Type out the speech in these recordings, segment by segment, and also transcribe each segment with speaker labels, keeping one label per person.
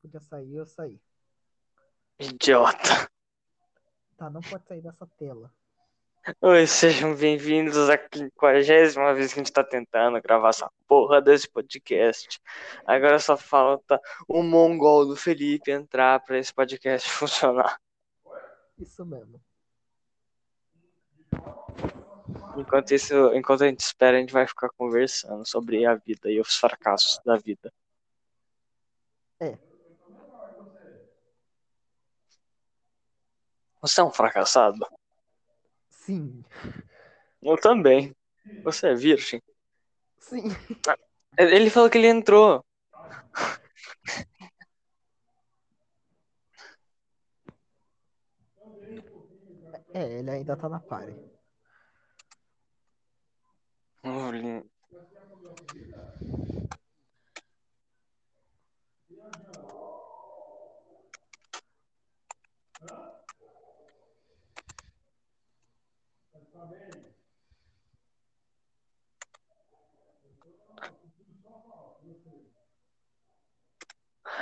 Speaker 1: podia sair, eu saí.
Speaker 2: Idiota.
Speaker 1: Tá, não pode sair dessa tela.
Speaker 2: Oi, sejam bem-vindos à quinquagésima vez que a gente tá tentando gravar essa porra desse podcast. Agora só falta o mongol do Felipe entrar pra esse podcast funcionar.
Speaker 1: Isso mesmo.
Speaker 2: Enquanto isso, enquanto a gente espera, a gente vai ficar conversando sobre a vida e os fracassos da vida.
Speaker 1: É.
Speaker 2: Você é um fracassado?
Speaker 1: Sim.
Speaker 2: Eu também. Você é virgem?
Speaker 1: Sim.
Speaker 2: Ele falou que ele entrou.
Speaker 1: É, ele ainda tá na party.
Speaker 2: Olha,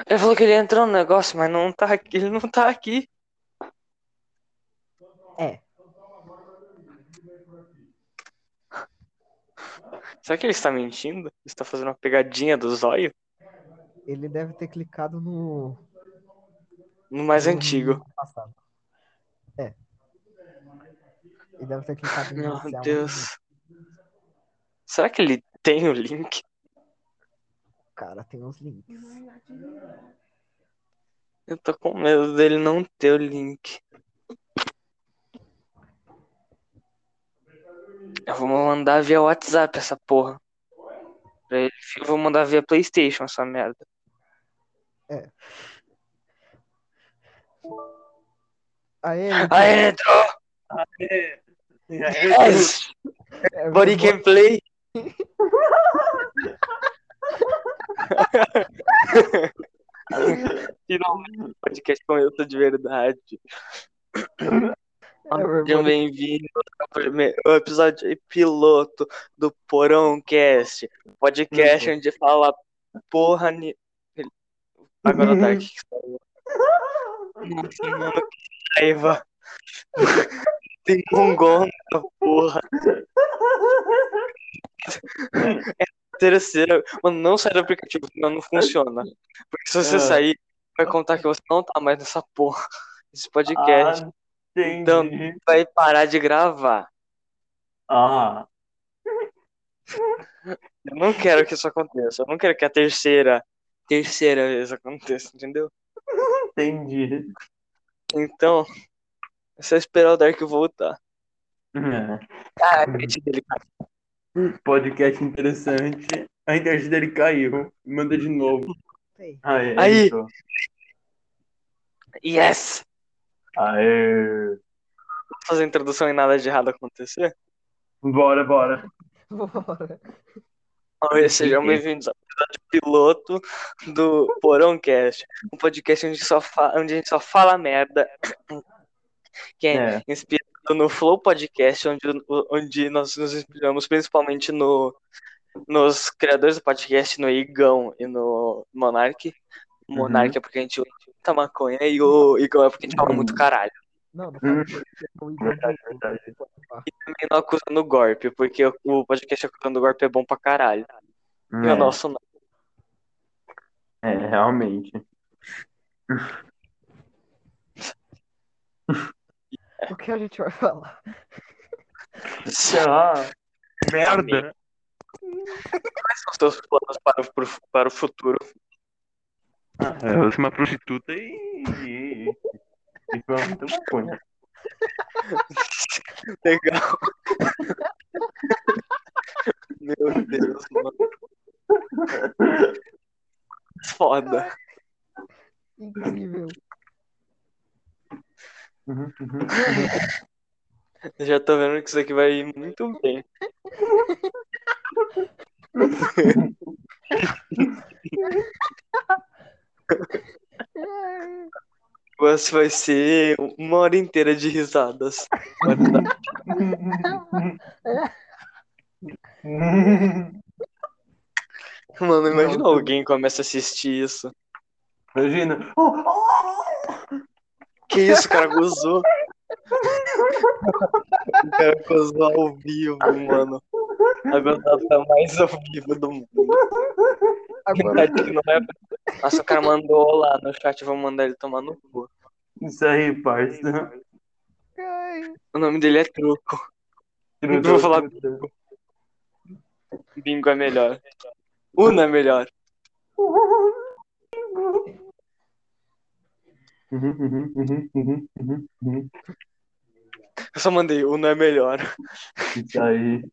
Speaker 2: Ele falou que ele entrou no negócio, mas não tá aqui. Ele não tá aqui.
Speaker 1: É.
Speaker 2: Será que ele está mentindo? Ele está fazendo uma pegadinha do zóio?
Speaker 1: Ele deve ter clicado no.
Speaker 2: No mais
Speaker 1: no-
Speaker 2: antigo.
Speaker 1: no Passado. É. Ele deve ter clicado no
Speaker 2: Meu
Speaker 1: inicial.
Speaker 2: Deus. é Será que ele tem o link?
Speaker 1: Cara, tem uns links.
Speaker 2: Eu tô com medo dele não ter o link. Eu vou mandar via WhatsApp essa porra. Pra ele- Eu vou mandar via PlayStation essa merda.
Speaker 1: Aê, ele-
Speaker 2: Aí ele entrou! Yes!
Speaker 1: é,
Speaker 2: Body
Speaker 1: meu
Speaker 2: can play! Finalmente, o podcast começou de verdade.
Speaker 1: bo- é, meu body-
Speaker 2: Sejam bem-vindos ao primeiro episódio piloto do Porãocast, podcast onde fala porra ni... Agora tá aqui. Nossa, mano, que raiva. Tem mongol nessa porra. É a terceira. Mano, não sai do aplicativo, senão não funciona. Porque se você
Speaker 3: Ah.
Speaker 2: sair, vai contar que você não tá mais nessa porra. Esse podcast
Speaker 3: Ah, entendi.
Speaker 2: Então-
Speaker 4: Ah.
Speaker 2: vai parar de gravar.
Speaker 3: Ah,
Speaker 2: Eu não quero que isso aconteça. Eu não quero que a terceira, terceira vez aconteça, entendeu?
Speaker 3: entendi.
Speaker 2: Então, é só esperar o Dark voltar.
Speaker 3: É.
Speaker 2: Ah, a mente dele
Speaker 3: Podcast interessante. A internet dele caiu. Manda de novo.
Speaker 1: Tem.
Speaker 3: Aê.
Speaker 2: Aí.
Speaker 3: entrou.
Speaker 2: Yes!
Speaker 3: Aê.
Speaker 2: Vou fazer a introdução e nada de errado acontecer.
Speaker 3: Bora, bora.
Speaker 1: Bora.
Speaker 2: Oi, sejam
Speaker 3: Uhum.
Speaker 2: bem-vindos ao episódio piloto do Porãocast. Um podcast onde, só fa- onde a gente só fala merda. Que é
Speaker 3: É.
Speaker 2: inspirado no Flow Podcast, onde, onde nós nos inspiramos principalmente no, nos criadores do podcast, no Igão e no Monark. O
Speaker 3: Uhum.
Speaker 2: Monark é porque a gente usa muita maconha e o Igão é porque a gente fala
Speaker 3: Uhum.
Speaker 2: muito caralho.
Speaker 1: Não, não
Speaker 3: Hum.
Speaker 1: fala isso, é o Igor.
Speaker 3: Verdade, verdade.
Speaker 2: Também não acusando o golpe, porque o- o podcast acusando o golpe é bom pra caralho. E
Speaker 3: É,
Speaker 2: o nosso não.
Speaker 3: é, realmente.
Speaker 1: O que a gente vai falar?
Speaker 3: Sei lá.
Speaker 2: Merda. Quais são os teus planos para o, pro- para o futuro?
Speaker 3: É, Eu sou uma prostituta e. E e pronto, então maconha.
Speaker 2: Legal. Meu Deus, mano. Foda.
Speaker 1: Incrível.
Speaker 3: Uhum, uhum.
Speaker 2: Eu já tô vendo que isso aqui vai ir muito bem.
Speaker 1: É,
Speaker 2: Mas vai ser uma hora inteira de risadas. Uma hora da- Mano, imagina
Speaker 3: Não,
Speaker 2: alguém começa a assistir isso.
Speaker 4: Imagina. Oh, oh!
Speaker 2: Que isso, o cara gozou. o cara gozou ao vivo, mano. A gozada mais ao vivo do mundo.
Speaker 1: Agora,
Speaker 2: Verdade que não é... Nossa, o cara mandou lá no chat, vou mandar ele tomar no cu.
Speaker 4: Isso aí, parça.
Speaker 1: ai,
Speaker 2: O nome dele é Truco. Não vou falar. Bingo é melhor. Uno é melhor.
Speaker 4: Uhum, uhum, uhum, uhum, uhum, uhum.
Speaker 2: Eu só mandei, Uno é melhor.
Speaker 4: Isso aí.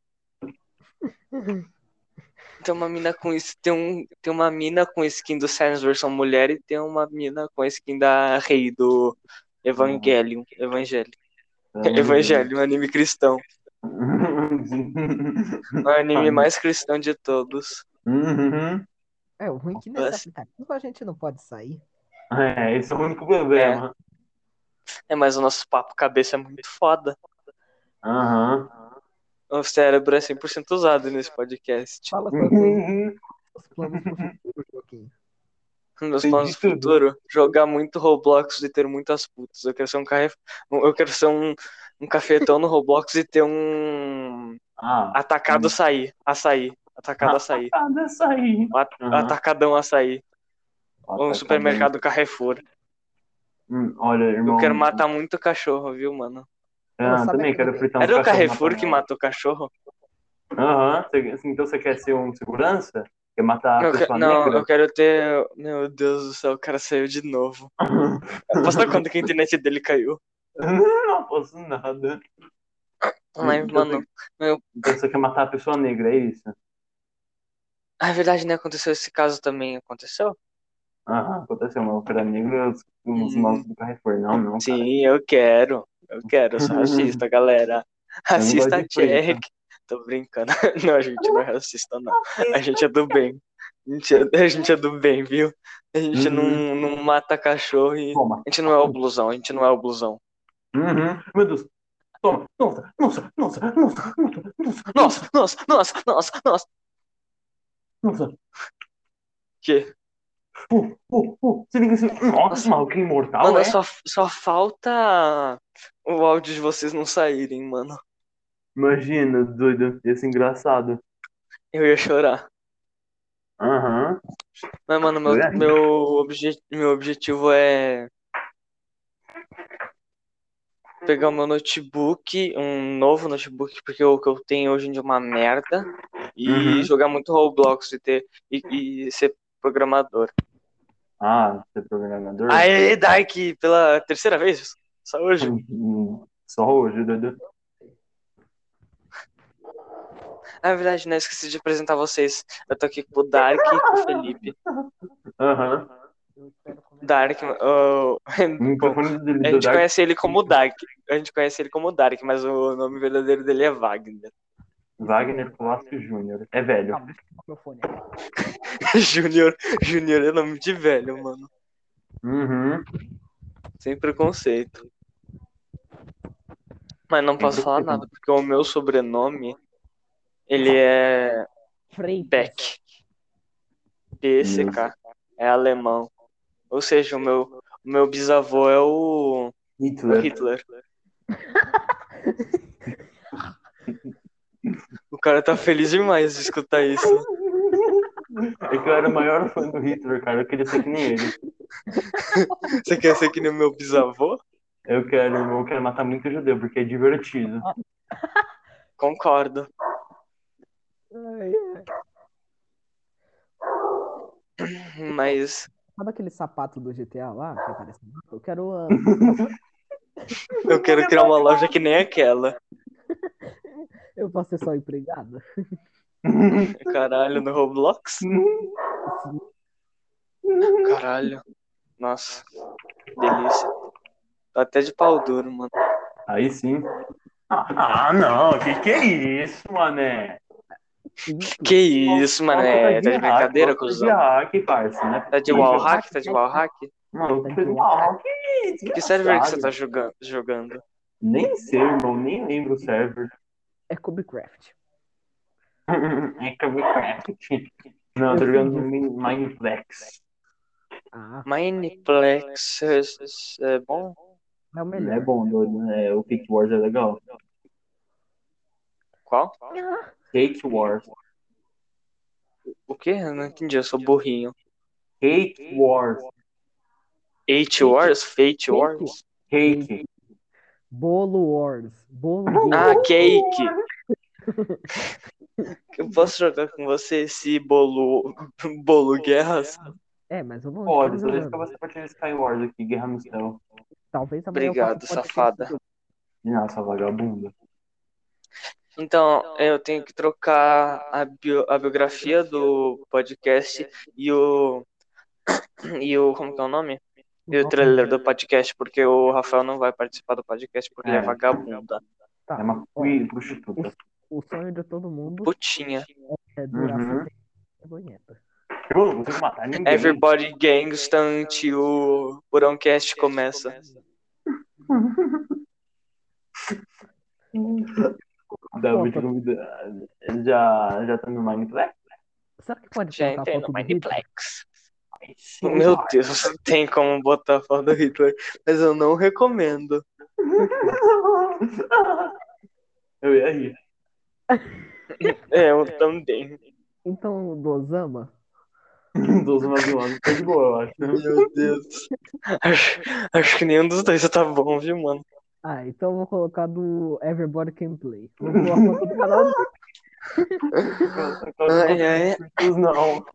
Speaker 2: Tem uma mina com isso. Tem, um, tem uma mina com skin do Sans versão mulher e tem uma mina com skin da Rei do Evangelion. Evangelho.
Speaker 4: é
Speaker 2: Evangelho, um anime cristão. É O anime mais cristão de todos.
Speaker 4: Uhum.
Speaker 1: é o ruim que nesse aplicativo a gente não pode sair.
Speaker 4: É, esse é o único problema.
Speaker 2: É, mas o nosso papo cabeça é muito foda. É.
Speaker 4: Aham.
Speaker 2: O cérebro é 100% usado nesse podcast.
Speaker 1: Fala sobre
Speaker 4: Uhum.
Speaker 1: os planos pro futuro, Joaquim.
Speaker 2: Meus
Speaker 4: Tem
Speaker 2: Um
Speaker 4: né?
Speaker 2: planos
Speaker 4: de
Speaker 2: pro
Speaker 4: tudo.
Speaker 2: futuro, jogar muito Roblox e ter muitas putas. Eu quero ser um carre... eu quero ser um, um cafetão no Roblox e ter um
Speaker 4: Ah,
Speaker 2: atacado açaí, açaí, atacado açaí,
Speaker 4: ah, dessa aí.
Speaker 2: um at-
Speaker 4: Aham.
Speaker 2: atacadão açaí, ou um
Speaker 4: Atacadão.
Speaker 2: supermercado Carrefour.
Speaker 4: Hum, olha, irmão.
Speaker 2: Eu quero matar muito cachorro, viu, mano?
Speaker 4: Ah,
Speaker 1: Sabe
Speaker 4: também
Speaker 1: aquele-
Speaker 4: quero fritar um
Speaker 2: Era o
Speaker 4: cachorro na
Speaker 2: Carrefour que
Speaker 4: panela.
Speaker 2: matou o cachorro?
Speaker 4: Aham. Você- assim, Então você quer ser um segurança? Quer matar a
Speaker 2: Eu que-
Speaker 4: pessoa
Speaker 2: Não,
Speaker 4: Ah, negra?
Speaker 2: eu quero ter. Meu Deus do céu, o cara saiu de novo. Aposta quando que a internet dele caiu.
Speaker 4: Não posso nada.
Speaker 2: Mas,
Speaker 4: Hum,
Speaker 2: mano,
Speaker 4: Então você quer matar a pessoa negra, é isso?
Speaker 2: na verdade, né? Aconteceu esse caso também. Aconteceu?
Speaker 4: Aham, aconteceu uma ópera negra os- os
Speaker 2: Uhum.
Speaker 4: maus do Carrefour. Não, não.
Speaker 2: Sim, eu quero. Eu quero, eu sou racista, galera. Racista
Speaker 4: gosto de preto.
Speaker 2: Jack. Tô brincando. Não, a gente não é racista, não. A gente é do bem. A gente é, a gente é do bem, viu? A gente
Speaker 4: Uhum.
Speaker 2: não, não mata cachorro e.
Speaker 4: Toma.
Speaker 2: A gente não é o blusão, a gente não é o blusão.
Speaker 4: Uhum. Meu Deus. Toma. Nossa, nossa, nossa, nossa, nossa, nossa,
Speaker 2: Nossa, nossa, nossa, nossa, nossa.
Speaker 4: nossa.
Speaker 2: Que?
Speaker 4: Uh, uh, uh. Se liga, se liga. Nossa, mal, que imortal,
Speaker 2: Mano,
Speaker 4: é?
Speaker 2: só, só falta o áudio de vocês não saírem, mano.
Speaker 4: Imagina, doido. Ia ser engraçado.
Speaker 2: Eu ia chorar.
Speaker 4: Aham.
Speaker 2: Mas, mano, meu,
Speaker 4: É.
Speaker 2: meu, obje- meu objetivo é pegar o meu notebook, um novo notebook, porque o que eu tenho hoje em dia é uma merda, e
Speaker 4: Uhum.
Speaker 2: jogar muito Roblox e, ter, e, e ser programador.
Speaker 4: Ah, você é programador?
Speaker 2: Aê, Dark, pela terceira vez, só hoje.
Speaker 4: Hum, Só hoje, doido.
Speaker 2: Ah, é verdade, né? Esqueci de apresentar vocês. Eu tô aqui com o Dark e com o Felipe.
Speaker 4: Aham.
Speaker 1: Eu espero começar.
Speaker 2: Dark, oh,
Speaker 4: O microfone dele
Speaker 2: a
Speaker 4: do
Speaker 2: gente
Speaker 4: Dark.
Speaker 2: conhece ele como Dark. A gente conhece ele como Dark, mas o nome verdadeiro dele é Wagner.
Speaker 4: Wagner Plástico Júnior. É velho.
Speaker 1: Calma, deixa eu colocar meu fone.
Speaker 2: Júnior, Júnior é nome de velho, mano.
Speaker 4: Uhum.
Speaker 2: Sem preconceito. Mas não posso falar nada, porque o meu sobrenome, ele é
Speaker 1: Freitas.
Speaker 2: Beck. PSK. É alemão. Ou seja, o meu, o meu bisavô é o o
Speaker 4: Hitler.
Speaker 2: Hitler. O cara tá feliz demais de escutar isso.
Speaker 4: É que eu era o maior fã do Hitler, cara. Eu queria ser que nem ele.
Speaker 2: Você quer ser que nem o meu bisavô?
Speaker 4: Eu quero, eu quero matar muito judeu, porque é divertido.
Speaker 2: Concordo.
Speaker 1: Ai, ai.
Speaker 2: Mas
Speaker 1: Sabe aquele sapato do GTA lá? Que aparece no mapa? Eu quero. ah,
Speaker 2: eu quero criar uma loja que nem aquela.
Speaker 1: Eu posso ser só empregado?
Speaker 2: Caralho, no Roblox? Caralho. Nossa. Delícia. Tô até de pau duro, mano.
Speaker 4: Aí sim. Ah, não, que que é isso, mané?
Speaker 2: Que isso, mano. É, tá de brincadeira,
Speaker 4: com
Speaker 2: cuzão.
Speaker 4: hack, parça, né?
Speaker 2: Tá de wallhack? Tá de wallhack?
Speaker 4: Mano, que wallhack,
Speaker 2: Que server que você
Speaker 4: desgraçado.
Speaker 2: tá joga- jogando?
Speaker 4: Nem sei, irmão, nem lembro o server.
Speaker 1: É Cubicraft.
Speaker 4: É Minecraft. Não, eu tô jogando no Mineplex.
Speaker 1: Ah,
Speaker 2: Mineplex é bom?
Speaker 1: é o
Speaker 4: Não é
Speaker 1: melhor.
Speaker 4: bom, doido. É, o Cake Wars é legal.
Speaker 2: Qual?
Speaker 4: Cake Wars.
Speaker 2: O quê? Eu não entendi, eu sou burrinho.
Speaker 4: Cake Wars.
Speaker 2: Eight Wars? Fate Wars?
Speaker 1: Hum,
Speaker 4: Cake.
Speaker 1: Bolo Wars. Bolo Game.
Speaker 2: Ah, Cake! Eu posso jogar com você esse bolo, bolo guerras?
Speaker 1: É, mas eu vou.
Speaker 4: Pode,
Speaker 1: vou
Speaker 4: toda vez
Speaker 1: jogando.
Speaker 4: que você partilha Sky Wars aqui, Guerra no Céu.
Speaker 1: Talvez amanhã eu
Speaker 2: Obrigado,
Speaker 1: faça um podcast
Speaker 2: safada.
Speaker 1: sobre-
Speaker 4: Nossa, vagabunda.
Speaker 2: Então, eu tenho que trocar a, bio- a biografia do podcast e o. E o. Como que é o nome? E o trailer do podcast, porque o Rafael não vai participar do podcast porque ele é
Speaker 4: É.
Speaker 2: vagabunda.
Speaker 1: Tá,
Speaker 4: É uma
Speaker 1: ó,
Speaker 4: cui- prostituta.
Speaker 1: o sonho de todo mundo
Speaker 2: Putinha.
Speaker 1: é durar
Speaker 4: Uhum.
Speaker 1: 70 bonita.
Speaker 4: Eu não consigo matar ninguém.
Speaker 2: Everybody Gangsta o Burãocast começa.
Speaker 4: Davi fica me- já, já tá no Minecraft?
Speaker 1: Será que pode
Speaker 2: Já
Speaker 1: colocar a
Speaker 2: entrei no
Speaker 1: foto do Hitler?
Speaker 2: Mineplex. Meu Deus, não tem como botar a foto do Hitler, mas eu não recomendo.
Speaker 4: Eu ia rir.
Speaker 2: É, eu também.
Speaker 1: Então, do Osama?
Speaker 4: Dos vazios, tá de boa, eu acho.
Speaker 2: Meu Deus. Acho, acho que nenhum dos dois tá bom, viu, mano?
Speaker 1: Ah, então eu vou colocar do Everybody Can Play. Vou colocar a foto do canal do-
Speaker 2: Ai, ai.
Speaker 4: Não.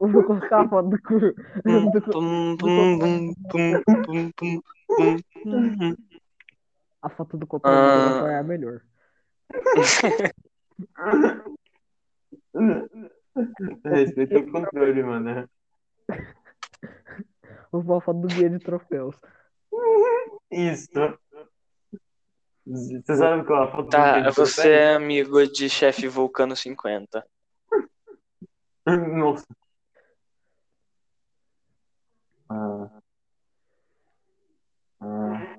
Speaker 1: eu Vou colocar a foto do. cu-
Speaker 2: Hum,
Speaker 1: do cu-
Speaker 2: pum, pum, pum, pum, pum, pum, pum, pum.
Speaker 1: a foto do Copão do
Speaker 2: Ah.
Speaker 1: é a melhor.
Speaker 4: Respeita o controle, mano.
Speaker 1: Vou pôr a foto do guia de troféus.
Speaker 4: Isso. Você sabe qual é a foto do
Speaker 2: Tá,
Speaker 4: Pedro
Speaker 2: você é amigo de chefe Vulcano 50.
Speaker 4: Fernandes? Nossa. Ah. Ah.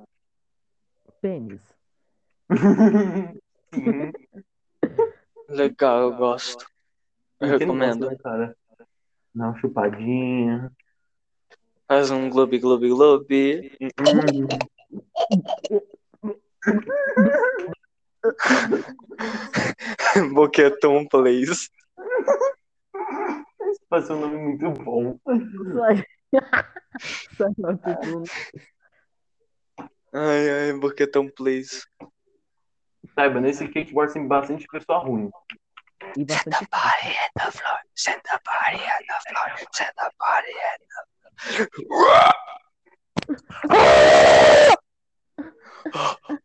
Speaker 1: Pênis.
Speaker 4: Sim.
Speaker 2: Legal, eu gosto. Eu
Speaker 4: Quem não
Speaker 2: recomendo.
Speaker 4: gosta, né, cara? Dá uma chupadinha.
Speaker 2: Faz um globe, globe, globe. Boquetão, please.
Speaker 4: Passou um nome muito bom.
Speaker 2: Hum.
Speaker 1: Sai. Sai lá do
Speaker 2: Ai, ai, boquetão, please.
Speaker 4: Saiba, nesse kickboard tem bastante pessoa ruim.
Speaker 1: E bastante.
Speaker 2: Body and the floor. Send the body and the floor. Send the body and the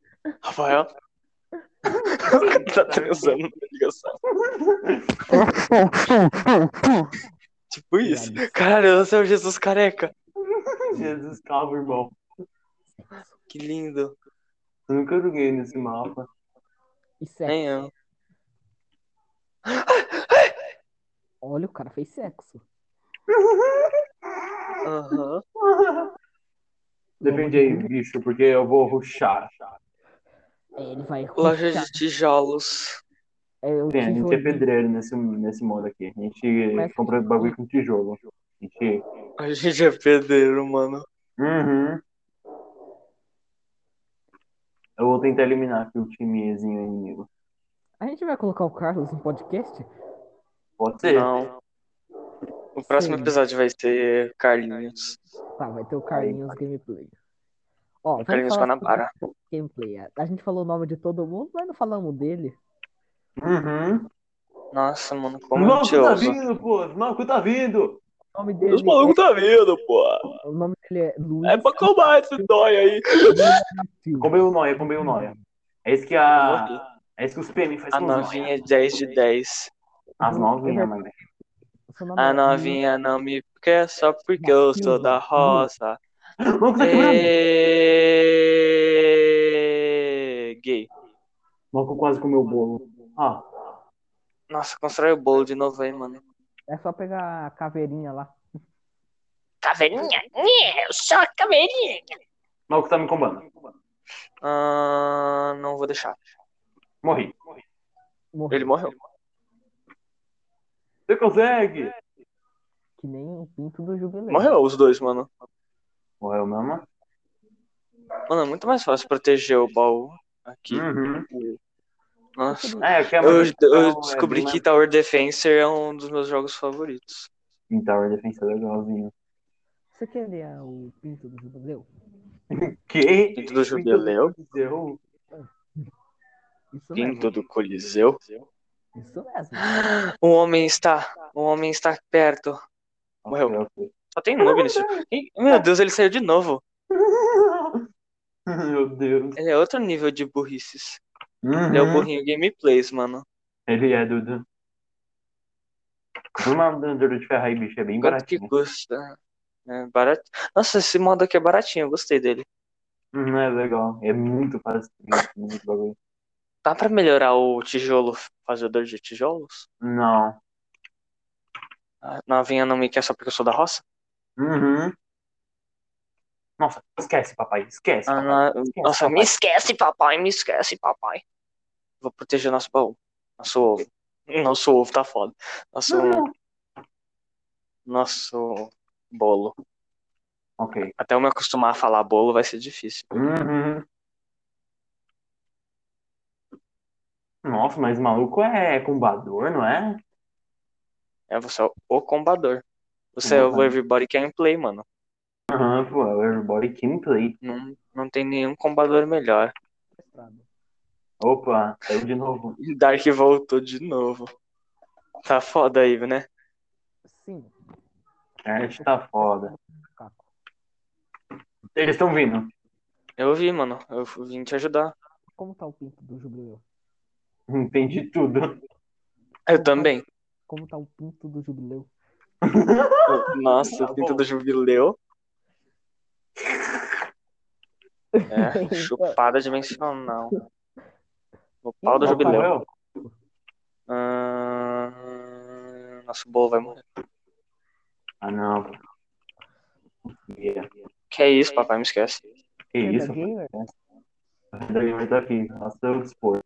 Speaker 2: Rafael? tá transando na ligação. Tipo Hum, isso. Caralho, eu sou o Jesus careca.
Speaker 4: Jesus, calma, irmão.
Speaker 2: Que lindo.
Speaker 4: Eu nunca joguei nesse mapa.
Speaker 1: E sexo.
Speaker 2: Nem eu.
Speaker 1: Olha, o cara fez sexo.
Speaker 2: Aham.
Speaker 4: Depende aí, bicho, porque eu vou ruxar.
Speaker 1: É, ele vai.
Speaker 2: Loja
Speaker 1: ruxar.
Speaker 2: de tijolos.
Speaker 1: É, o
Speaker 4: Tem, a gente é
Speaker 1: tijolinho.
Speaker 4: pedreiro nesse, nesse modo aqui. A gente
Speaker 1: Mas-
Speaker 4: compra bagulho com tijolo. A gente.
Speaker 2: A gente é pedreiro, mano.
Speaker 4: Uhum. Eu vou tentar eliminar aqui o timezinho inimigo.
Speaker 1: A gente vai colocar o Carlos no podcast?
Speaker 4: Pode ser?
Speaker 2: Não. O próximo
Speaker 1: Sim.
Speaker 2: episódio vai ser Carlinhos.
Speaker 1: Tá, vai ter o Carlinhos Gameplay. Ó, vamos
Speaker 2: Carlinhos
Speaker 1: falar
Speaker 2: Guanabara.
Speaker 1: sobre gameplay. A- A gente falou o nome de todo mundo, mas não falamos dele.
Speaker 4: Uhum.
Speaker 2: Nossa, mano,
Speaker 4: O
Speaker 2: como eu
Speaker 4: maluco
Speaker 2: te
Speaker 4: tá
Speaker 2: ouso.
Speaker 4: vindo, pô! O maluco tá vindo!
Speaker 1: O nome dele,
Speaker 2: tá vindo, pô.
Speaker 1: é, o nome dele é Luiz
Speaker 2: comer esse dói aí.
Speaker 1: Silva.
Speaker 4: Combei o nóia, combei o nóia. É isso que a. É isso que os PM faz
Speaker 2: A
Speaker 4: com os nóia.
Speaker 2: novinha é 10 de 10.
Speaker 4: As novinhas, mano.
Speaker 1: Seu nome
Speaker 2: A
Speaker 1: é-
Speaker 2: novinha Ah, não me quer só porque eu sou da roça.
Speaker 4: O maluco tá quebrando.
Speaker 2: Ê, Gay.
Speaker 4: O maluco quase comeu o bolo. Ah,
Speaker 2: Nossa, constrói o bolo de novo aí, mano.
Speaker 1: É só pegar a caveirinha lá.
Speaker 5: Caveirinha? Nhê, eu sou a caveirinha.
Speaker 4: o maluco tá me combando.
Speaker 2: Ah, não vou deixar.
Speaker 4: Morri.
Speaker 1: Morreu.
Speaker 2: Ele morreu.
Speaker 4: Você consegue?
Speaker 1: Que que nem o pinto do jubileu.
Speaker 2: Morreu os dois, mano.
Speaker 4: Morreu mesmo?
Speaker 2: Mano, é muito mais fácil proteger o baú aqui.
Speaker 4: Uhum.
Speaker 2: Nossa.
Speaker 4: É, eu, quero
Speaker 2: Eu,
Speaker 4: uma questão,
Speaker 2: eu
Speaker 4: é,
Speaker 2: descobri
Speaker 4: bem
Speaker 2: que Tower Defense é um dos meus jogos favoritos.
Speaker 4: mais- Tower Defense é legalzinho.
Speaker 1: Você quer ler ah, o pinto do jubileu?
Speaker 4: Que?
Speaker 2: Pinto do Jubileu?
Speaker 4: Jubileu?
Speaker 1: Isso
Speaker 2: Pinto do Coliseu.
Speaker 1: mesmo. Isso mesmo.
Speaker 2: O Um homem está. O homem está perto. Morreu.
Speaker 4: Ok, ok.
Speaker 2: Só tem noob nesse jogo. Quem- Meu Deus, ele saiu de novo.
Speaker 4: Meu Deus.
Speaker 2: Ele é outro nível de burrices. Ele é o
Speaker 4: Uhum.
Speaker 2: burrinho gameplays, mano.
Speaker 4: Ele é, Dudu. Uma dura de ferrar aí, bicho, é bem
Speaker 2: Quanto que
Speaker 4: baratinho.
Speaker 2: custa? É barato. Nossa, esse modo aqui é baratinho, eu gostei dele.
Speaker 4: Não é legal. É muito fácil. Muito bagulho.
Speaker 2: Dá pra melhorar o tijolo, fazedor de tijolos?
Speaker 4: Não.
Speaker 2: A novinha não me quer só porque eu sou da roça?
Speaker 4: Uhum. Nossa, esquece, papai. Esquece.
Speaker 2: Ah,
Speaker 4: papai.
Speaker 2: na-
Speaker 4: esquece,
Speaker 2: Nossa,
Speaker 4: papai.
Speaker 2: me esquece, papai, me esquece, papai. Vou proteger nosso baú. Nosso ovo. Nosso ovo tá foda. Nosso. Nosso bolo.
Speaker 4: Ok.
Speaker 2: Até eu me acostumar a falar bolo vai ser difícil.
Speaker 4: Uhum. Nossa, mas o maluco é combador, não é?
Speaker 2: É você é o combador. Você é o everybody can play, mano.
Speaker 4: Aham, pô, é o everybody can play.
Speaker 2: Não, não tem nenhum combador melhor.
Speaker 1: Frustrado.
Speaker 4: Opa, saiu de novo.
Speaker 2: E Dark voltou de novo. Tá foda aí, né?
Speaker 1: Sim,
Speaker 4: Arte tá foda.
Speaker 1: Caco.
Speaker 4: Eles estão vindo.
Speaker 2: Eu vi, mano. Eu vim te ajudar.
Speaker 1: Como tá o pinto do jubileu?
Speaker 4: Entendi tudo.
Speaker 2: Eu também.
Speaker 1: Como tá o pinto do jubileu?
Speaker 2: Nossa, o pinto do jubileu. É, chupada dimensional. O pau do
Speaker 4: Então,
Speaker 1: Não,
Speaker 2: jubileu.
Speaker 4: Morreu?
Speaker 2: Ahn, Nosso bolo vai morrer.
Speaker 4: Ah, não. Yeah.
Speaker 2: Que é isso, papai, me esquece.
Speaker 4: Que
Speaker 1: Você é da
Speaker 4: isso?
Speaker 1: gamer?
Speaker 4: O Gamer tá aqui. Nossa, eu expor.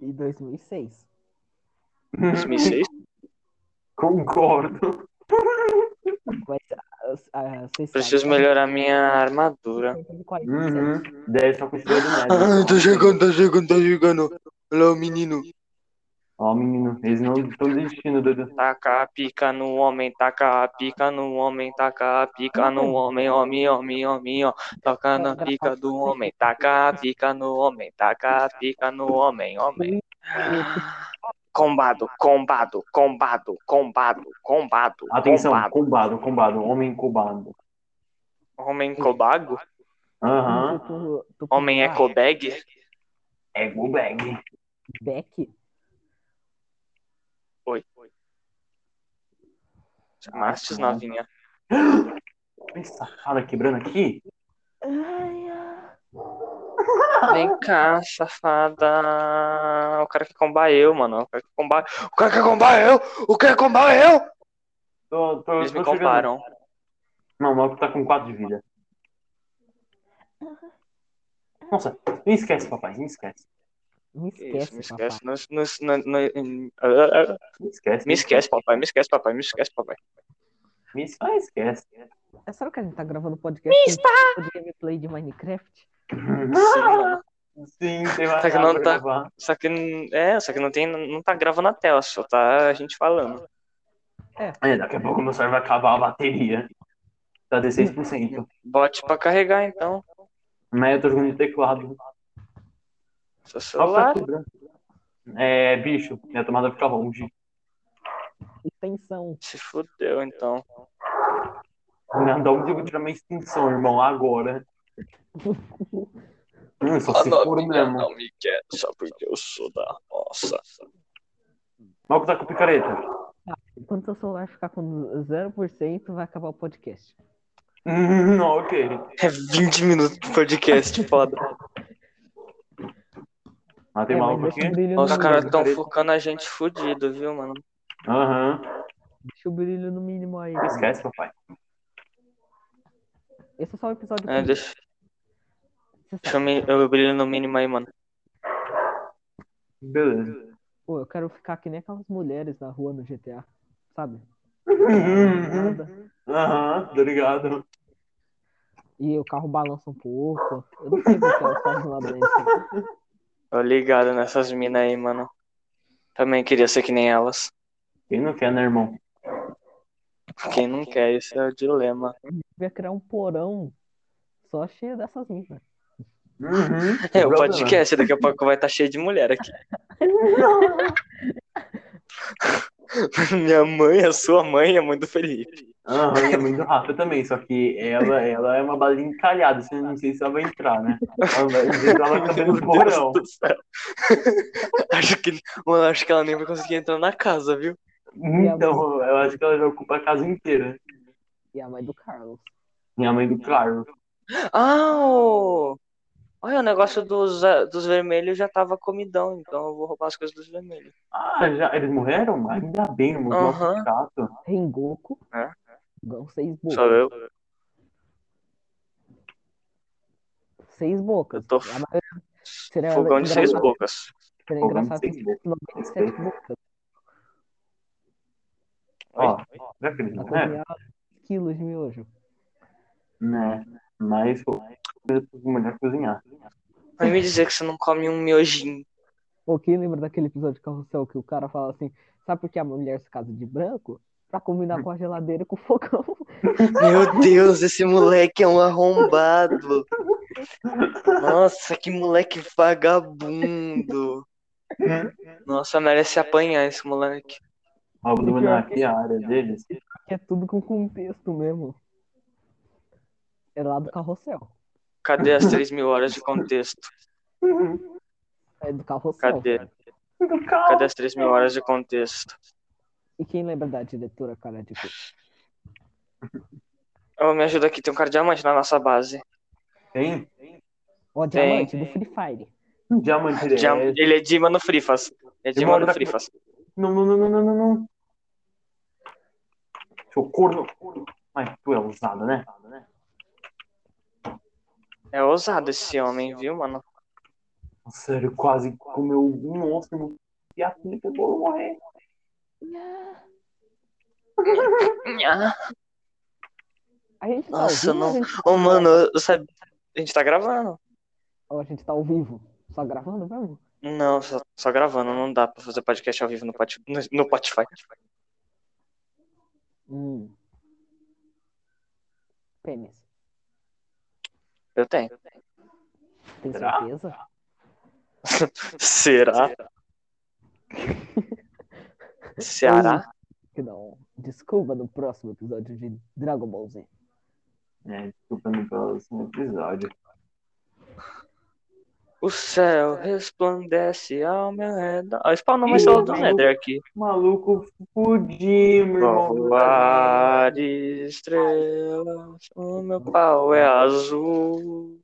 Speaker 1: E 2006.
Speaker 2: 2006?
Speaker 4: Concordo.
Speaker 1: Mas, ah, ah, vocês
Speaker 2: Preciso
Speaker 1: sabem,
Speaker 2: melhorar minha armadura.
Speaker 1: 147.
Speaker 4: Uhum. Deve estar com o do médio.
Speaker 2: tá chegando, tá chegando. Olha o menino.
Speaker 4: Ó, menino, eles não estão desistindo, Dudu.
Speaker 2: Taca Tá a pica no homem, taca a pica no homem, taca a pica no homem, homem, homem, homem, ó. Toca na pica do homem, taca a pica no homem, taca a pica no homem, homem. Combado, combado, combado, combado, combado.
Speaker 4: Atenção,
Speaker 2: combado.
Speaker 4: combado, combado. Homem combado.
Speaker 2: Homem cobago?
Speaker 4: Aham.
Speaker 1: Eu tô- tô com
Speaker 2: Homem é
Speaker 1: ah,
Speaker 2: cobag?
Speaker 4: É go bag.
Speaker 1: Beck?
Speaker 2: Oi. Chamastes, novinha.
Speaker 4: Que safada quebrando aqui.
Speaker 2: Vem cá, safada. O cara quer combar eu, mano. O cara quer combar, o cara quer combar eu! O cara quer combar eu!
Speaker 4: Tô, tô,
Speaker 2: Eles
Speaker 4: tô
Speaker 2: me
Speaker 4: chegando.
Speaker 2: comparam.
Speaker 4: Não, o maluco tá com 4 de vida. Nossa, me esquece, papai. Me esquece.
Speaker 1: Me
Speaker 2: Que isso,
Speaker 1: esquece,
Speaker 2: me esquece.
Speaker 1: papai.
Speaker 2: Não, não, não, não- ah, ah, ah.
Speaker 4: Me esquece.
Speaker 2: me esquece, papai. Me esquece, papai. Me esquece, papai.
Speaker 4: Me esquece. Ah, esquece.
Speaker 1: É sério que a gente tá gravando podcast com tipo de gameplay de Minecraft?
Speaker 2: Sim, mano.
Speaker 4: Sim, tem uma
Speaker 2: Tá que não
Speaker 4: pra
Speaker 2: tá.
Speaker 4: gravar.
Speaker 2: Só que n- é, só que não tem, não tá gravando a tela, só tá a gente falando.
Speaker 4: É, daqui a pouco meu celular vai acabar a bateria. Tá 16%.
Speaker 2: Bote pra carregar então.
Speaker 4: Mas eu tô jogando de teclado.
Speaker 2: Seu
Speaker 4: Nossa,
Speaker 2: celular.
Speaker 4: quebrando. É, bicho, minha tomada fica longe.
Speaker 1: Extensão.
Speaker 2: Se fudeu então.
Speaker 4: Não dá um digo tirar minha extensão, irmão, agora. Hum, só se for mesmo.
Speaker 2: não me quer só porque eu sou da roça.
Speaker 4: Mal que tá com picareta.
Speaker 1: Quando seu celular ficar com 0%, vai acabar o podcast.
Speaker 4: Hum, ok.
Speaker 2: É 20 minutos de podcast, foda.
Speaker 1: É,
Speaker 4: Matei maluco
Speaker 1: mas
Speaker 4: aqui?
Speaker 1: deixa o brilho
Speaker 2: Os
Speaker 1: no
Speaker 2: caras
Speaker 1: mínimo.
Speaker 2: tão focando a gente fudido, viu, mano?
Speaker 4: Aham.
Speaker 1: Deixa o brilho no mínimo aí.
Speaker 4: Não Esquece, papai.
Speaker 1: Esse é só o episódio.
Speaker 2: É,
Speaker 1: que- Você
Speaker 2: deixa,
Speaker 1: sabe.
Speaker 2: deixa eu, me- eu brilho no mínimo aí, mano.
Speaker 4: Beleza.
Speaker 1: Pô, eu quero ficar que nem aquelas mulheres na rua no GTA, sabe?
Speaker 4: Aham,
Speaker 2: Uhum.
Speaker 1: Nada.
Speaker 4: tá ligado?
Speaker 1: E o carro balança um pouco. Eu não sei o que elas fazem lá dentro.
Speaker 2: Tô ligado nessas minas aí, mano. Também queria ser que nem elas.
Speaker 4: Quem não quer, né, irmão?
Speaker 2: Quem não quer, esse é o dilema.
Speaker 1: Devia criar um porão só cheio dessas minas.
Speaker 4: Uhum.
Speaker 2: É, o podcast daqui a pouco vai estar cheio de mulher aqui. Minha mãe, a sua mãe, é a mãe do Felipe.
Speaker 4: Aham, e a mãe do Rafa também, só que ela, ela é uma bala encalhada, assim, não sei se ela vai entrar, né? Ela vai às vezes ela vai caber no
Speaker 2: Meu Deus
Speaker 4: porão.
Speaker 2: do céu. acho que, mano, acho que ela nem vai conseguir entrar na casa, viu?
Speaker 4: Então, eu acho que ela já ocupa a casa inteira. né?
Speaker 1: E a mãe do Carlos.
Speaker 4: Minha mãe do Claro.
Speaker 2: Ah, o... Olha, o negócio dos, ah, dos vermelhos já tava comidão, então eu vou roubar as coisas dos vermelhos.
Speaker 4: Ah, já, eles morreram? Ainda bem, um irmão. Nossa,
Speaker 2: Aham.
Speaker 4: que chato.
Speaker 1: Rengoku.
Speaker 2: É.
Speaker 1: Gão seis bocas.
Speaker 2: Só eu.
Speaker 1: Seis bocas.
Speaker 2: Eu tô
Speaker 1: A maioria- Seria
Speaker 2: Fogão de seis
Speaker 1: engraçado-
Speaker 2: bocas.
Speaker 1: Seria
Speaker 4: Fogão de
Speaker 1: engraçado
Speaker 4: seis
Speaker 1: se
Speaker 4: bocas.
Speaker 1: fosse 97 bocas.
Speaker 4: Ó, já que eles
Speaker 1: Pra
Speaker 2: É.
Speaker 4: morreram?
Speaker 1: cozinhar quilos de miojo.
Speaker 4: Né? Mas, pô, melhor cozinhar.
Speaker 2: Vai me dizer que você não come um miojinho.
Speaker 1: Ou que lembra daquele episódio de Carrossel que o cara fala assim, sabe por que a mulher se casa de branco? Pra combinar com a geladeira e com o fogão.
Speaker 2: Meu Deus, esse moleque é um arrombado. Nossa, que moleque vagabundo. Nossa, merece apanhar esse moleque.
Speaker 4: Ó, vou dominar aqui a área deles.
Speaker 1: Que é tudo com contexto mesmo. É lá do Carrossel.
Speaker 2: Cadê as 3 mil horas de contexto?
Speaker 1: É do Carrossel.
Speaker 2: Cadê?
Speaker 4: Do carro.
Speaker 2: Cadê as 3 mil horas de contexto?
Speaker 1: E quem lembra da diretora, cara? Tipo,
Speaker 2: Oh, me ajuda aqui, tem um cara diamante na nossa base.
Speaker 4: Tem?
Speaker 1: ó,
Speaker 2: Tem.
Speaker 1: Diamante, do Free Fire.
Speaker 4: Um diamante. é-
Speaker 2: Diam- Ele é Dima no Frifas. É Dima
Speaker 4: moro
Speaker 2: no
Speaker 4: na-
Speaker 2: Frifas.
Speaker 4: Não, não, não, não, não, não, não. Seu corno. Mas tu é ousado, né?
Speaker 2: É ousado esse homem, viu, mano?
Speaker 4: Sério, quase comeu um monstro irmão. e a filha pegou e morrer.
Speaker 2: Ah,
Speaker 1: A gente tá
Speaker 2: Nossa,
Speaker 1: ao vivo,
Speaker 2: não.
Speaker 1: ou a gente-
Speaker 2: Ô, mano, eu sabia. A gente tá gravando.
Speaker 1: ou a gente tá ao vivo. Só gravando mesmo?
Speaker 2: Não, só, só gravando, não dá pra fazer podcast ao vivo no, Pati- no, no Spotify.
Speaker 1: Hum. Pênis.
Speaker 2: Eu tenho.
Speaker 1: Tem
Speaker 4: Será?
Speaker 1: certeza?
Speaker 2: Será? Ceará?
Speaker 1: Que não. Desculpa no próximo episódio de Dragon Ball Z.
Speaker 4: É, desculpa no próximo episódio.
Speaker 2: O céu resplandece ao meu redor. Ah, spawnou mais celular do Nether aqui.
Speaker 4: Maluco fudido, meu irmão.
Speaker 2: Voar estrelas, o meu pau é azul.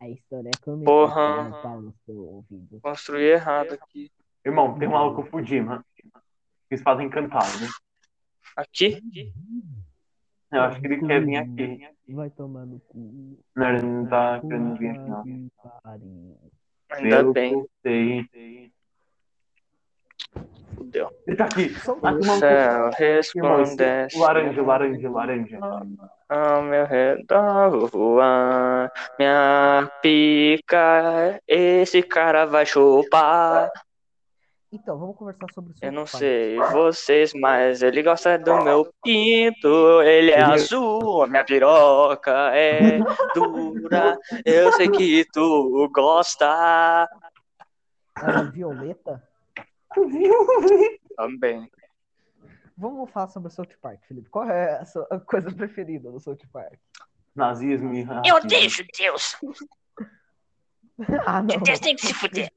Speaker 1: A história é comigo.
Speaker 2: Porra.
Speaker 1: Um pau no seu ouvido.
Speaker 2: Construí errado aqui.
Speaker 4: Irmão, tem um maluco fudido, mano. Eles fazem encantado, né?
Speaker 2: Aqui?
Speaker 4: Eu acho que ele quer vir aqui.
Speaker 1: Vai tomar no cu.
Speaker 4: Não, ele não tá querendo vir aqui, não.
Speaker 1: Pare.
Speaker 2: Ainda
Speaker 4: Pelo
Speaker 2: bem,
Speaker 4: que eu sei.
Speaker 2: fudeu.
Speaker 4: Ele tá aqui. Ah,
Speaker 2: O
Speaker 4: que maluco.
Speaker 2: céu
Speaker 4: Irmão, esse-
Speaker 2: resplandece.
Speaker 4: é Laranja, laranja, laranja.
Speaker 2: Ao meu redor voar, minha pica, esse cara vai chupar.
Speaker 1: Então, vamos conversar sobre isso.
Speaker 2: Eu não sei vocês, mas ele gosta do meu pinto, ele é azul, a minha piroca é dura, eu sei que tu gosta
Speaker 1: Ela é violeta?
Speaker 2: também.
Speaker 1: Vamos falar sobre o South Park, Felipe. Qual é a sua coisa preferida do South Park?
Speaker 4: Nazismo e racismo.
Speaker 5: Eu odeio judeus.
Speaker 1: ah, não.
Speaker 5: Judeus têm que se fuder.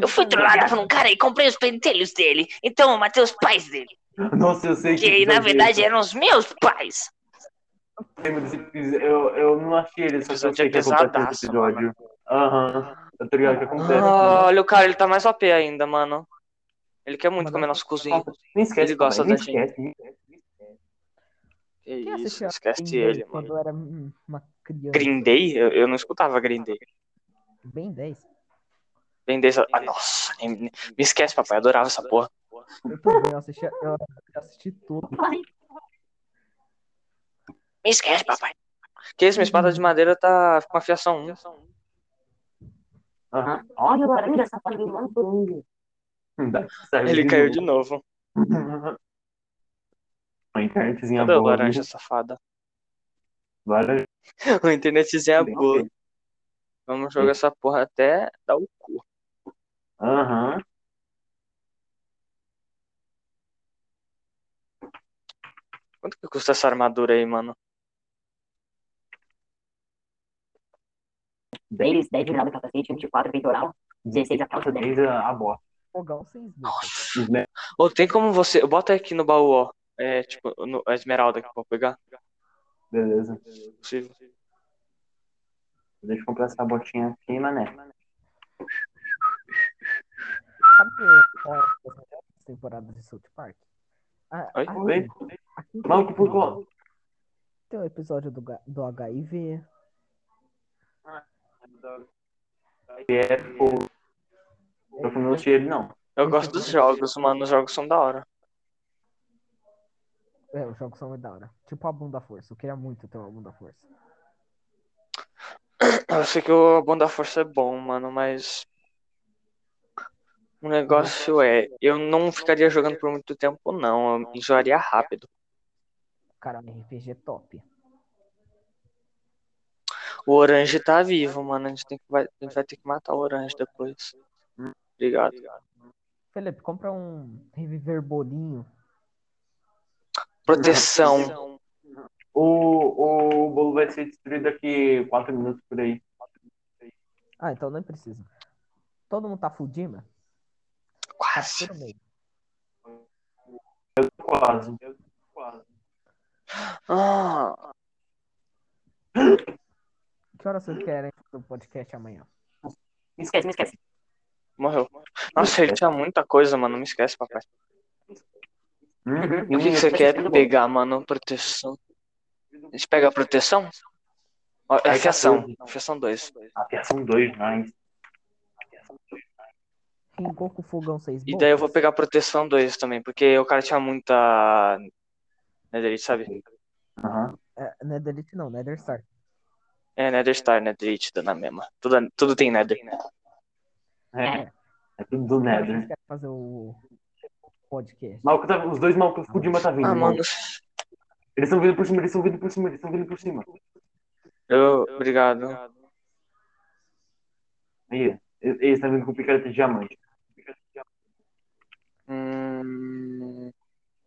Speaker 5: Eu fui trollado por um cara e comprei os pentelhos dele. Então eu matei os pais dele.
Speaker 4: Nossa, eu sei que.
Speaker 5: Que
Speaker 4: episódio
Speaker 5: na
Speaker 4: é
Speaker 5: verdade
Speaker 4: esse.
Speaker 5: eram os meus pais.
Speaker 2: é-
Speaker 4: lembro desse episódio. Eu, eu não achei ele, só que eu
Speaker 2: Episódio
Speaker 4: sei que acontece
Speaker 2: pesadaço,
Speaker 4: nesse episódio. Aham. Eu tô ligado o que acontece.
Speaker 2: Ah, olha o cara, ele tá mais OP ainda, mano. Ele quer muito comer nosso cozinho.
Speaker 4: Nem esquece,
Speaker 2: Ele gosta
Speaker 4: papai,
Speaker 2: da
Speaker 4: nem esquece.
Speaker 2: Que
Speaker 1: Quem
Speaker 2: isso,
Speaker 1: assistia
Speaker 2: esquece
Speaker 1: Green
Speaker 2: ele,
Speaker 1: Day
Speaker 2: mano.
Speaker 1: Quando eu era hum, uma criança.
Speaker 2: Grindei? Eu, eu não escutava Grindei.
Speaker 1: Bem 10.
Speaker 2: Vender essa. Ah, nossa, nem- nem- me esquece, papai. Adorava essa porra.
Speaker 1: Eu também eu assisti, eu assisti tudo.
Speaker 5: Me esquece, papai.
Speaker 2: Que isso, minha espada de madeira tá com afiação 1.
Speaker 4: Aham.
Speaker 6: Olha o laranja sapatando todo mundo.
Speaker 4: Hum, Dá- serve
Speaker 2: Ele caiu de
Speaker 4: novo.
Speaker 2: novo.
Speaker 4: Uma internetzinha
Speaker 2: Cadê o
Speaker 4: boa.
Speaker 2: laranja safada?
Speaker 4: Laranja.
Speaker 2: Uma internetzinha
Speaker 4: bem
Speaker 2: É boa.
Speaker 4: feita.
Speaker 2: Vamos jogar essa porra até dar o cu.
Speaker 4: Aham.
Speaker 2: Quanto que custa essa armadura aí, mano?
Speaker 6: Deles, 10 de grau do capacete, 24 peitoral, 16 a calça
Speaker 4: Nossa,
Speaker 6: dela.
Speaker 4: 10 a a bosta.
Speaker 1: Fogão vocês viram.
Speaker 4: Né?
Speaker 2: Ou tem como você. Bota aqui no baú, ó. É, tipo, no... a esmeralda que eu vou pegar.
Speaker 4: Beleza.
Speaker 2: Possível.
Speaker 4: Deixa eu comprar essa botinha fina, né?
Speaker 1: Sabe é o que eu acho que são as temporadas de South Park? Ah,
Speaker 2: Oi?
Speaker 1: aqui-
Speaker 4: Oi?
Speaker 1: aqui tem
Speaker 4: Maluco por
Speaker 1: episódio-
Speaker 4: gol.
Speaker 1: Tem um episódio do, ga- do HIV.
Speaker 4: É, pô. Eu não achei ele, não.
Speaker 2: Eu gosto dos jogos, mano. Os jogos são da hora.
Speaker 1: É, os jogos são muito da hora. Tipo a bunda força. Eu queria muito ter uma bunda força.
Speaker 2: Eu sei que o Bom da Força é bom, mano, mas. O negócio é, eu não ficaria jogando por muito tempo, não. Eu enjoaria rápido.
Speaker 1: Cara, um RPG top.
Speaker 2: O Orange tá vivo, mano. A gente, tem que, vai, a gente vai ter que matar o Orange depois. Obrigado.
Speaker 1: Felipe, compra um reviver bolinho.
Speaker 2: Proteção.
Speaker 4: O, o bolo vai ser destruído daqui 4 minutos por aí.
Speaker 1: Ah, então nem precisa. Todo mundo tá fudindo?
Speaker 2: Quase.
Speaker 1: Tudo bem.
Speaker 4: Quase.
Speaker 2: Ah,
Speaker 1: Que horas vocês querem do podcast amanhã?
Speaker 6: Me esquece, me esquece.
Speaker 2: morreu. Nossa, ele tinha muita coisa, mano. Não me esquece, papai.
Speaker 4: Hum,
Speaker 2: O que, que você
Speaker 4: hum,
Speaker 2: quer pegar, mano? Proteção. A gente pega a proteção? Ó, É fiação. Fiação 2.
Speaker 4: Afiação 2, mais.
Speaker 1: Ringou com fogão seis
Speaker 2: E
Speaker 1: bocas?
Speaker 2: daí eu vou pegar a proteção 2 também, porque o cara tinha muita. Netherite, sabe?
Speaker 4: Aham.
Speaker 1: É, Netherite não, Netherstar.
Speaker 2: É, Netherstar, Netherite, dando a mesma. Tudo, tudo tem Nether.
Speaker 4: É. É tudo do
Speaker 1: Que horas vocês
Speaker 4: Nether.
Speaker 1: querem fazer o podcast?
Speaker 4: Maluco tá, os dois malucos fudimas tá vindo.
Speaker 2: Ah,
Speaker 4: mano.
Speaker 2: mano.
Speaker 4: Eles estão vindo por cima, eles estão vindo por cima, eles estão vindo por cima.
Speaker 2: Eu, obrigado.
Speaker 4: Aí, eles estão vindo com picareta de diamante.
Speaker 2: Hum,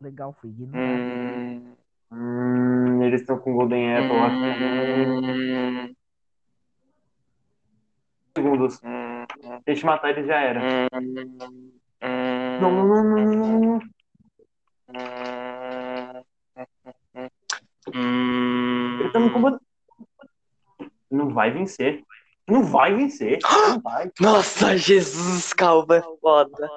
Speaker 1: Legal, fui ignorado.
Speaker 2: hum,
Speaker 4: Hum, eles estão com Golden Apple lá.
Speaker 2: hum,
Speaker 4: Segundos.
Speaker 2: hum,
Speaker 4: Se a gente matar, eles já era.
Speaker 2: hum, hum.
Speaker 4: Não, não, não, não, não, não, não.
Speaker 2: Hum.
Speaker 4: Eles
Speaker 2: Uhum.
Speaker 4: estão me incomodando. Não vai vencer. Não vai vencer. Não vai.
Speaker 2: Nossa, Jesus, calma, é foda.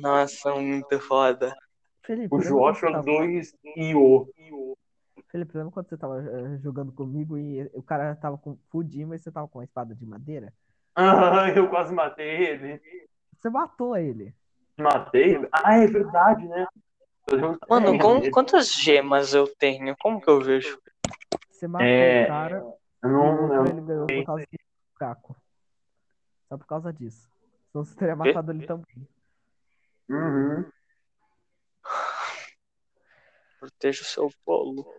Speaker 2: Nossa, muito foda.
Speaker 1: Felipe,
Speaker 4: O
Speaker 1: lembra quando
Speaker 4: Joshua
Speaker 1: você tava-
Speaker 4: 2 e o.
Speaker 1: Felipe, lembra quando você tava eh, jogando comigo e o cara tava com fudim, mas você tava com uma espada de madeira?
Speaker 4: Ah, eu quase matei ele.
Speaker 1: Você matou ele.
Speaker 4: Matei? Ah, é verdade, né?
Speaker 2: Mano, com- quantas gemas eu tenho? Como que eu vejo?
Speaker 1: Você matou
Speaker 4: É,
Speaker 1: o cara
Speaker 4: Eu
Speaker 1: e
Speaker 4: não,
Speaker 1: o
Speaker 4: eu
Speaker 1: outro ele ganhou por causa de buraco. Só por causa disso. Senão você teria matado ele também.
Speaker 4: Uhum.
Speaker 2: Proteja o seu bolo.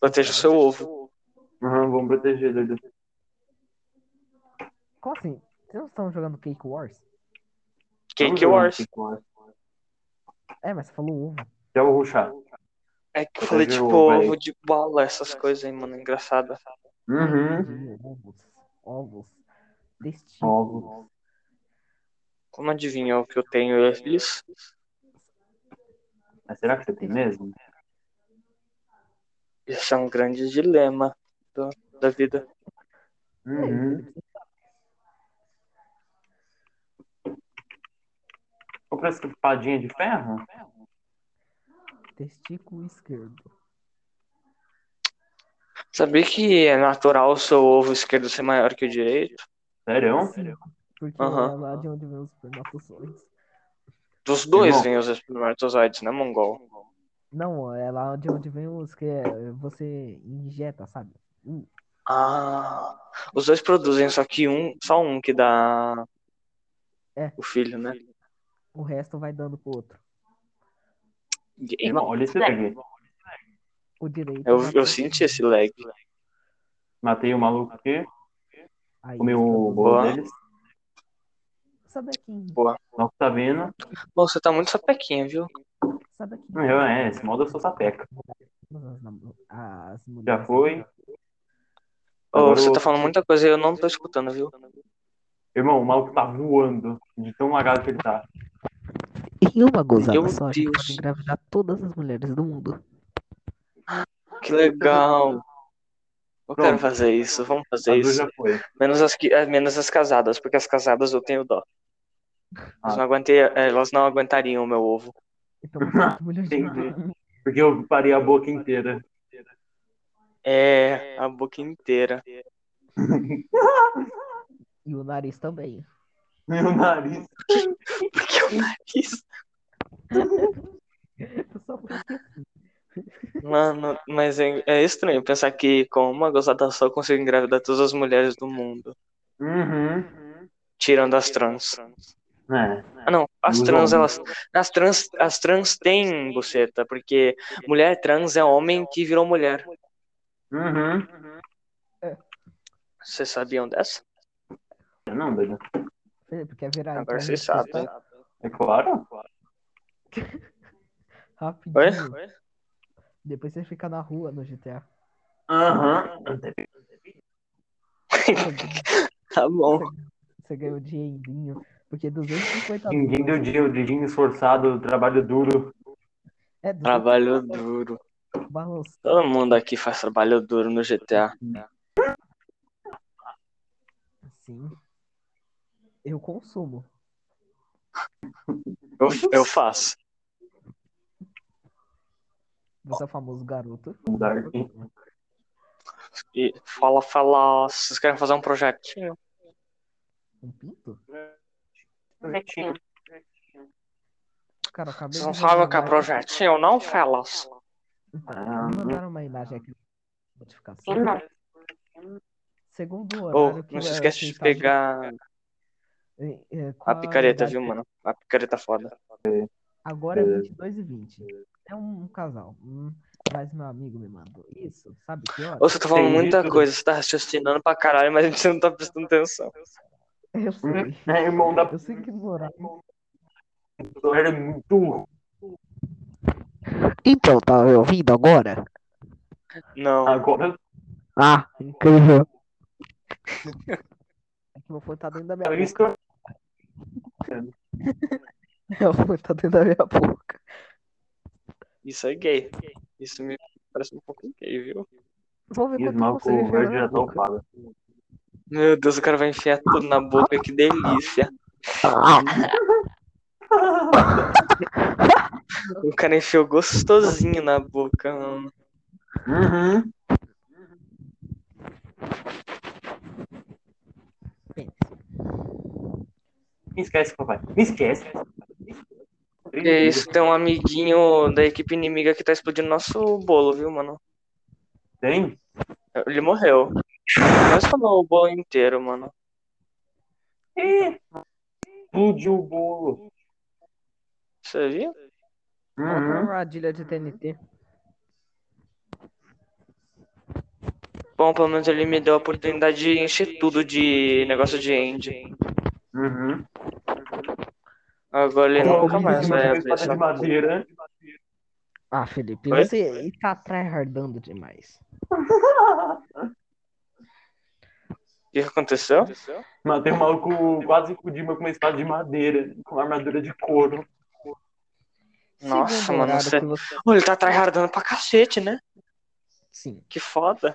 Speaker 2: Proteja o seu ovo.
Speaker 4: Uhum, vamos proteger, doido.
Speaker 1: Como assim? Vocês não estão jogando Cake Wars?
Speaker 2: Cake Wars.
Speaker 1: É, mas você falou ovo.
Speaker 4: Já vou ruxar.
Speaker 2: É que eu falei
Speaker 4: Proteja o
Speaker 2: tipo
Speaker 4: ovo aí.
Speaker 2: ovo de bola, essas coisas aí, mano. Engraçada.
Speaker 4: Uhum.
Speaker 1: Sim, Ovos. Ovos.
Speaker 4: Ovos.
Speaker 1: Testículos.
Speaker 2: Como adivinha o que eu tenho eles?
Speaker 4: Mas será que você tem mesmo?
Speaker 2: Isso é um grande dilema do- da vida.
Speaker 1: É,
Speaker 4: Uhum. Comprei essa espadinha de ferro?
Speaker 1: Testículo esquerdo.
Speaker 2: Sabia que é natural o seu ovo esquerdo ser maior que o direito?
Speaker 4: Sério?
Speaker 1: Sim, porque
Speaker 2: Aham.
Speaker 1: é lá de onde vem os espermatozoides.
Speaker 2: Dos dois
Speaker 4: Irmão.
Speaker 2: vêm os espermatozoides, né, Mongol?
Speaker 1: Não, é lá de onde vem os que é, você injeta, sabe?
Speaker 2: Ah, os dois produzem, só que um, só um que dá
Speaker 1: É.
Speaker 2: o filho, né?
Speaker 1: O resto vai dando pro outro.
Speaker 2: Gay.
Speaker 4: Irmão, olha esse lag.
Speaker 1: O direito.
Speaker 2: Eu,
Speaker 1: vai
Speaker 2: eu
Speaker 1: pro-
Speaker 2: senti esse lag.
Speaker 4: Matei o maluco aqui,
Speaker 1: Aí,
Speaker 4: comi um o
Speaker 1: os
Speaker 4: bolo
Speaker 2: Boa.
Speaker 4: deles.
Speaker 1: produtos- Sabe aqui,
Speaker 4: Não que tá vendo.
Speaker 2: Bom, você tá muito sapequinha, viu?
Speaker 1: sabe aqui.
Speaker 4: Eu, é, esse modo eu sou sapeca.
Speaker 1: As, nam- as mulheres.
Speaker 4: Já foi.
Speaker 2: Ô,
Speaker 4: Agora
Speaker 2: você
Speaker 4: o
Speaker 2: tá
Speaker 4: outro.
Speaker 2: falando muita coisa e eu não tô escutando, viu?
Speaker 4: Irmão, o maluco tá voando. De tão lagado que ele tá.
Speaker 1: Em uma gozada
Speaker 2: Meu
Speaker 1: só, a gente
Speaker 2: Deus.
Speaker 1: pode engravidar todas as mulheres do mundo.
Speaker 2: Que legal. Eu quero
Speaker 4: Pronto.
Speaker 2: fazer isso, vamos
Speaker 4: A
Speaker 2: fazer
Speaker 4: Azul
Speaker 2: isso.
Speaker 4: já foi.
Speaker 2: Menos as, que- eh, menos as casadas, porque as casadas eu tenho dó. Elas
Speaker 4: Ah.
Speaker 2: não, aguentei, elas não aguentariam o meu ovo.
Speaker 1: Então, 4 milhões de
Speaker 4: Entendi. Porque eu parei a boca inteira.
Speaker 2: É, a boca inteira.
Speaker 1: E o nariz também.
Speaker 4: Meu nariz.
Speaker 2: Porque o nariz.
Speaker 1: Eu só pensei,
Speaker 2: Mano, mas é, é estranho pensar que com uma gozada só eu consigo engravidar todas as mulheres do mundo.
Speaker 4: Uhum.
Speaker 2: Tirando as trans.
Speaker 4: É.
Speaker 2: Ah, não. As
Speaker 4: Os
Speaker 2: trans,
Speaker 4: homens.
Speaker 2: elas. As trans, as trans têm buceta, porque mulher trans é homem que virou mulher.
Speaker 4: Uhum.
Speaker 2: Vocês sabiam dessa?
Speaker 4: Não, doido.
Speaker 1: Felipe, quer virar
Speaker 2: Agora né?
Speaker 1: então,
Speaker 2: vocês
Speaker 1: gente, tá?
Speaker 2: sabem.
Speaker 4: É claro.
Speaker 2: Oi?
Speaker 1: Rapidinho. Depois você fica na rua no GTA.
Speaker 4: Aham.
Speaker 2: Tá bom.
Speaker 1: Você ganha o dinheirinho. Porque 250
Speaker 4: Ninguém deu dia, o dedinho esforçado, trabalho duro.
Speaker 1: É, 250
Speaker 2: Trabalho duro.
Speaker 1: balanço.
Speaker 2: Todo mundo aqui faz trabalho duro no GTA.
Speaker 1: Sim. Eu consumo.
Speaker 2: Eu, eu faço.
Speaker 1: Você é o famoso garoto.
Speaker 4: Dark.
Speaker 2: E fala, fala. Vocês querem fazer um projetinho?
Speaker 1: Um pinto?
Speaker 4: Uhum.
Speaker 5: Projetinho.
Speaker 1: Cara, eu acabei de
Speaker 2: Vocês não
Speaker 1: mandar
Speaker 2: sabem o
Speaker 1: uma
Speaker 2: que é
Speaker 1: imagem-
Speaker 2: projetinho, não, assim. fellas?
Speaker 4: Ah,
Speaker 1: Me mandaram uma imagem aqui. Notificação.
Speaker 5: Sim, não.
Speaker 1: Segundo o
Speaker 2: Ou,
Speaker 1: horário que é
Speaker 2: não se
Speaker 1: eu-
Speaker 2: esquece
Speaker 1: que tá
Speaker 2: de
Speaker 1: está de-
Speaker 2: pegar
Speaker 1: eh, eh, com
Speaker 2: a picareta,
Speaker 1: idade-
Speaker 2: viu, mano? A picareta é foda.
Speaker 1: Agora é
Speaker 4: Beleza.
Speaker 1: 22 e 20. É um, um casal. Hum, mas meu amigo me mandou isso. Sabe que hora?
Speaker 2: Ou você tá falando
Speaker 4: Entendi
Speaker 2: muita
Speaker 4: tudo.
Speaker 2: coisa, você tá raciocinando pra caralho, mas você não tá prestando atenção.
Speaker 1: Eu sei.
Speaker 4: É, irmão, da
Speaker 1: Eu sei que morar.
Speaker 4: pessoa era muito.
Speaker 1: Então, tá me ouvindo agora?
Speaker 2: Não.
Speaker 4: Agora
Speaker 1: Ah, incrível. É que meu fone tá dentro da minha
Speaker 4: tá
Speaker 1: boca.
Speaker 4: isso que eu-
Speaker 1: Meu fone tá dentro da minha boca.
Speaker 2: Isso é gay. Isso me parece um pouco gay, viu?
Speaker 1: Vou ver
Speaker 4: Ih, os
Speaker 1: quanto
Speaker 4: malucos
Speaker 1: você né? enfiou na
Speaker 4: verdes já tá
Speaker 1: minha
Speaker 4: estão
Speaker 1: boca.
Speaker 4: pago.
Speaker 2: Meu Deus, o cara vai enfiar tudo na boca, que delícia.
Speaker 1: Ah.
Speaker 2: O cara enfiou gostosinho na boca, mano.
Speaker 4: Uhum. Me esquece, papai. Me esquece.
Speaker 2: É isso, tem um amiguinho da equipe inimiga que tá explodindo nosso bolo, viu, mano?
Speaker 4: Tem?
Speaker 2: Ele morreu. Mas tomou o bolo inteiro, mano.
Speaker 4: Ih, Explodiu o bolo.
Speaker 2: Você viu?
Speaker 1: Outra
Speaker 4: Uhum.
Speaker 1: armadilha de TNT.
Speaker 2: Bom, pelo menos ele me deu a oportunidade de encher tudo de negócio de end.
Speaker 4: Uhum.
Speaker 2: Agora ele
Speaker 4: Como
Speaker 2: nunca
Speaker 4: alguém
Speaker 2: mais
Speaker 4: que
Speaker 2: vai
Speaker 4: uma
Speaker 2: abrir
Speaker 4: espada
Speaker 2: essa
Speaker 4: de madeira.
Speaker 1: Ah, Felipe,
Speaker 2: Oi?
Speaker 1: você tá tryhardando demais.
Speaker 2: O que aconteceu?
Speaker 4: Matei um maluco quase com o Dima com uma espada de madeira, com uma armadura de couro.
Speaker 2: Nossa,
Speaker 1: Segundo
Speaker 2: mano,
Speaker 1: horário
Speaker 2: você-
Speaker 1: que você-
Speaker 2: Ô, ele tá tryhardando pra cacete, né?
Speaker 1: Sim.
Speaker 2: Que foda.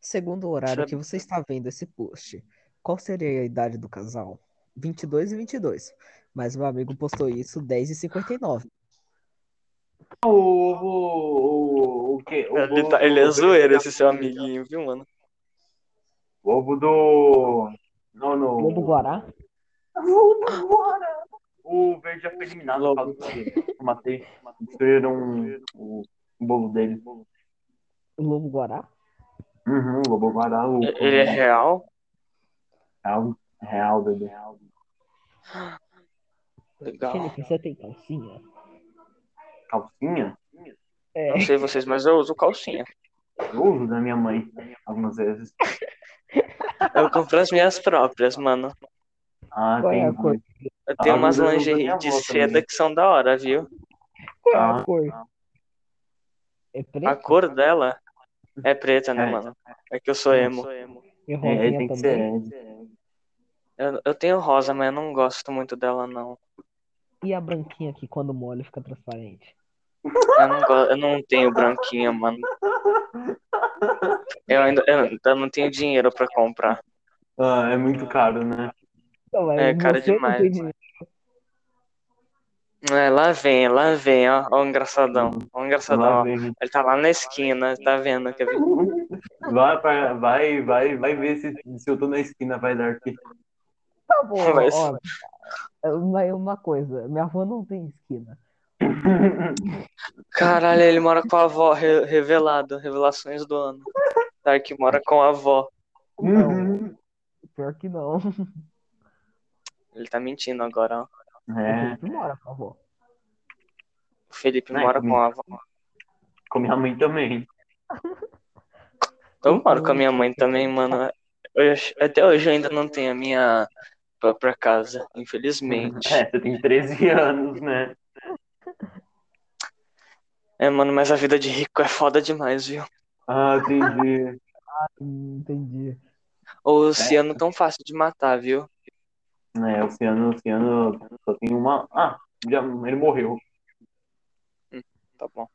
Speaker 1: Segundo o horário
Speaker 2: Sabe-
Speaker 1: que você está vendo esse post, qual seria a idade do casal? 22 e 22. Mas meu amigo postou isso 10 e 59.
Speaker 4: O. O. O. O quê? O
Speaker 2: Ele, é
Speaker 4: ovo-
Speaker 2: tá- ele é zoeiro esse seu amiguinho, viu, mano?
Speaker 4: O ovo do. Não, não.
Speaker 1: Lobo Guará?
Speaker 4: O verde já foi eliminado por causa que eu matei. Destruíram um, o, o bolo dele.
Speaker 1: Lobo Guará?
Speaker 4: Uhum, o Lobo Guará, o
Speaker 2: Ele é real?
Speaker 4: real, real, bebê.
Speaker 2: Legal.
Speaker 1: Felipe, você tem calcinha?
Speaker 4: Calcinha?
Speaker 1: É.
Speaker 2: Não sei vocês, mas eu uso calcinha.
Speaker 4: Eu uso da minha mãe algumas vezes.
Speaker 2: Eu compro as minhas próprias, mano.
Speaker 4: Ah,
Speaker 1: Qual é a
Speaker 4: tem.
Speaker 1: cor?
Speaker 2: Eu tenho
Speaker 4: Ah,
Speaker 2: umas
Speaker 4: mas eu uso
Speaker 2: lingerie
Speaker 4: minha né?
Speaker 2: de
Speaker 4: avó
Speaker 2: seda
Speaker 4: também.
Speaker 2: que são da hora, viu?
Speaker 1: Qual é a
Speaker 4: Ah,
Speaker 1: cor? É
Speaker 2: A
Speaker 1: preto?
Speaker 2: cor dela é preta, né,
Speaker 4: É.
Speaker 2: mano? É que eu sou emo.
Speaker 1: E
Speaker 4: É,
Speaker 1: rosinha
Speaker 4: tem que ser.
Speaker 1: também?
Speaker 2: Eu, eu tenho rosa, mas eu não gosto muito dela, não.
Speaker 1: E a branquinha que quando molha fica transparente?
Speaker 2: Eu não, go- eu não tenho branquinha, mano. Eu ainda eu ainda não tenho dinheiro pra comprar.
Speaker 4: Ah, é muito caro, né?
Speaker 1: Não, mas
Speaker 2: É, cara
Speaker 1: você não
Speaker 2: demais.
Speaker 1: tem dinheiro.
Speaker 2: É, lá vem, lá vem, ó. Ó o engraçadão.
Speaker 1: Hum,
Speaker 2: Ó o
Speaker 4: Lá
Speaker 2: engraçadão, ó.
Speaker 4: vem.
Speaker 2: Ele tá lá na esquina, tá vendo? Quer ver?
Speaker 4: Vai, pra- vai, vai, vai ver se, se eu tô na esquina, vai dar aqui.
Speaker 1: Tá bom,
Speaker 2: Mas-
Speaker 1: olha. Mas é uma coisa, minha avó não tem esquina.
Speaker 2: Caralho, ele mora com a avó, re- revelado. Revelações do ano. Dark mora com a avó.
Speaker 4: Uhum.
Speaker 1: Pior que não.
Speaker 2: Ele tá mentindo agora, ó.
Speaker 4: É,
Speaker 1: Tu mora com a avó.
Speaker 2: O Felipe
Speaker 4: Não é
Speaker 2: mora com
Speaker 4: comigo.
Speaker 2: a avó.
Speaker 4: com minha mãe também.
Speaker 2: Então, Eu moro com a minha mãe também, mano. Eu- até hoje eu ainda não tenho a minha própria casa, infelizmente.
Speaker 4: É, você tem 13 anos, né?
Speaker 2: É, mano, mas a vida de rico é foda demais, viu?
Speaker 4: Ah, entendi.
Speaker 1: Hum, Entendi.
Speaker 2: O oceano tão fácil de matar, viu?
Speaker 4: É, Oceano, Oceano só tem uma. Ah, já, ele morreu.
Speaker 2: Tá bom.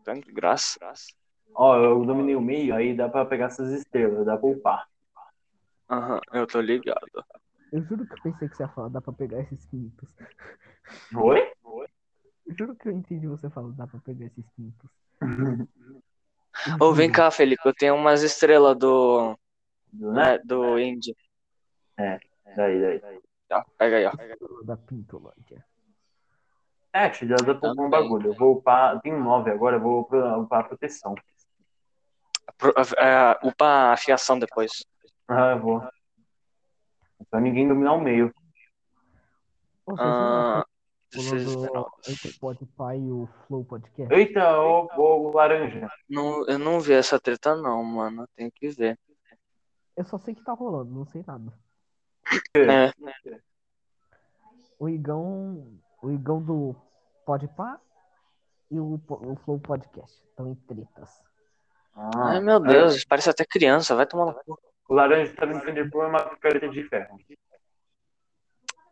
Speaker 2: Então, que graça.
Speaker 4: Ó, eu dominei o meio, aí dá pra pegar essas estrelas, dá pra upar.
Speaker 2: Aham, eu tô ligado.
Speaker 1: Eu juro que eu pensei que você ia falar, dá pra pegar esses quintos.
Speaker 4: Oi?
Speaker 1: Eu juro que eu entendi você falando, dá pra pegar esses quintos.
Speaker 2: Ô, vem cá, Felipe, eu tenho umas estrelas do.
Speaker 4: Né?
Speaker 2: né, do Indy.
Speaker 4: Daí, daí.
Speaker 2: Ó, pega aí, ó.
Speaker 1: Da Pintolândia.
Speaker 4: É, te já dá pra upar um bagulho. Eu vou upar. Tem 9 agora, eu vou upar, upar a proteção.
Speaker 2: Pro, é, upa a fiação depois.
Speaker 4: Ah, eu vou. Pra ninguém dominar o meio.
Speaker 1: Ô, vocês
Speaker 2: Ah,
Speaker 1: viram
Speaker 2: vocês-
Speaker 1: aquela coluna do Spotify e o Flow Podcast?
Speaker 4: Eita, ô, ô laranja.
Speaker 2: não, eu não vi essa treta, não, mano. Eu Tenho que ver.
Speaker 1: Eu só sei que tá rolando, não sei nada.
Speaker 2: É,
Speaker 1: O Igão, o Igão do Podpah e o, po- o Flow Podcast estão em tretas.
Speaker 4: Ah,
Speaker 2: ai, meu Deus, parece até criança. Vai tomar no cu.
Speaker 4: O laranja tá me defendendo por uma picareta de ferro.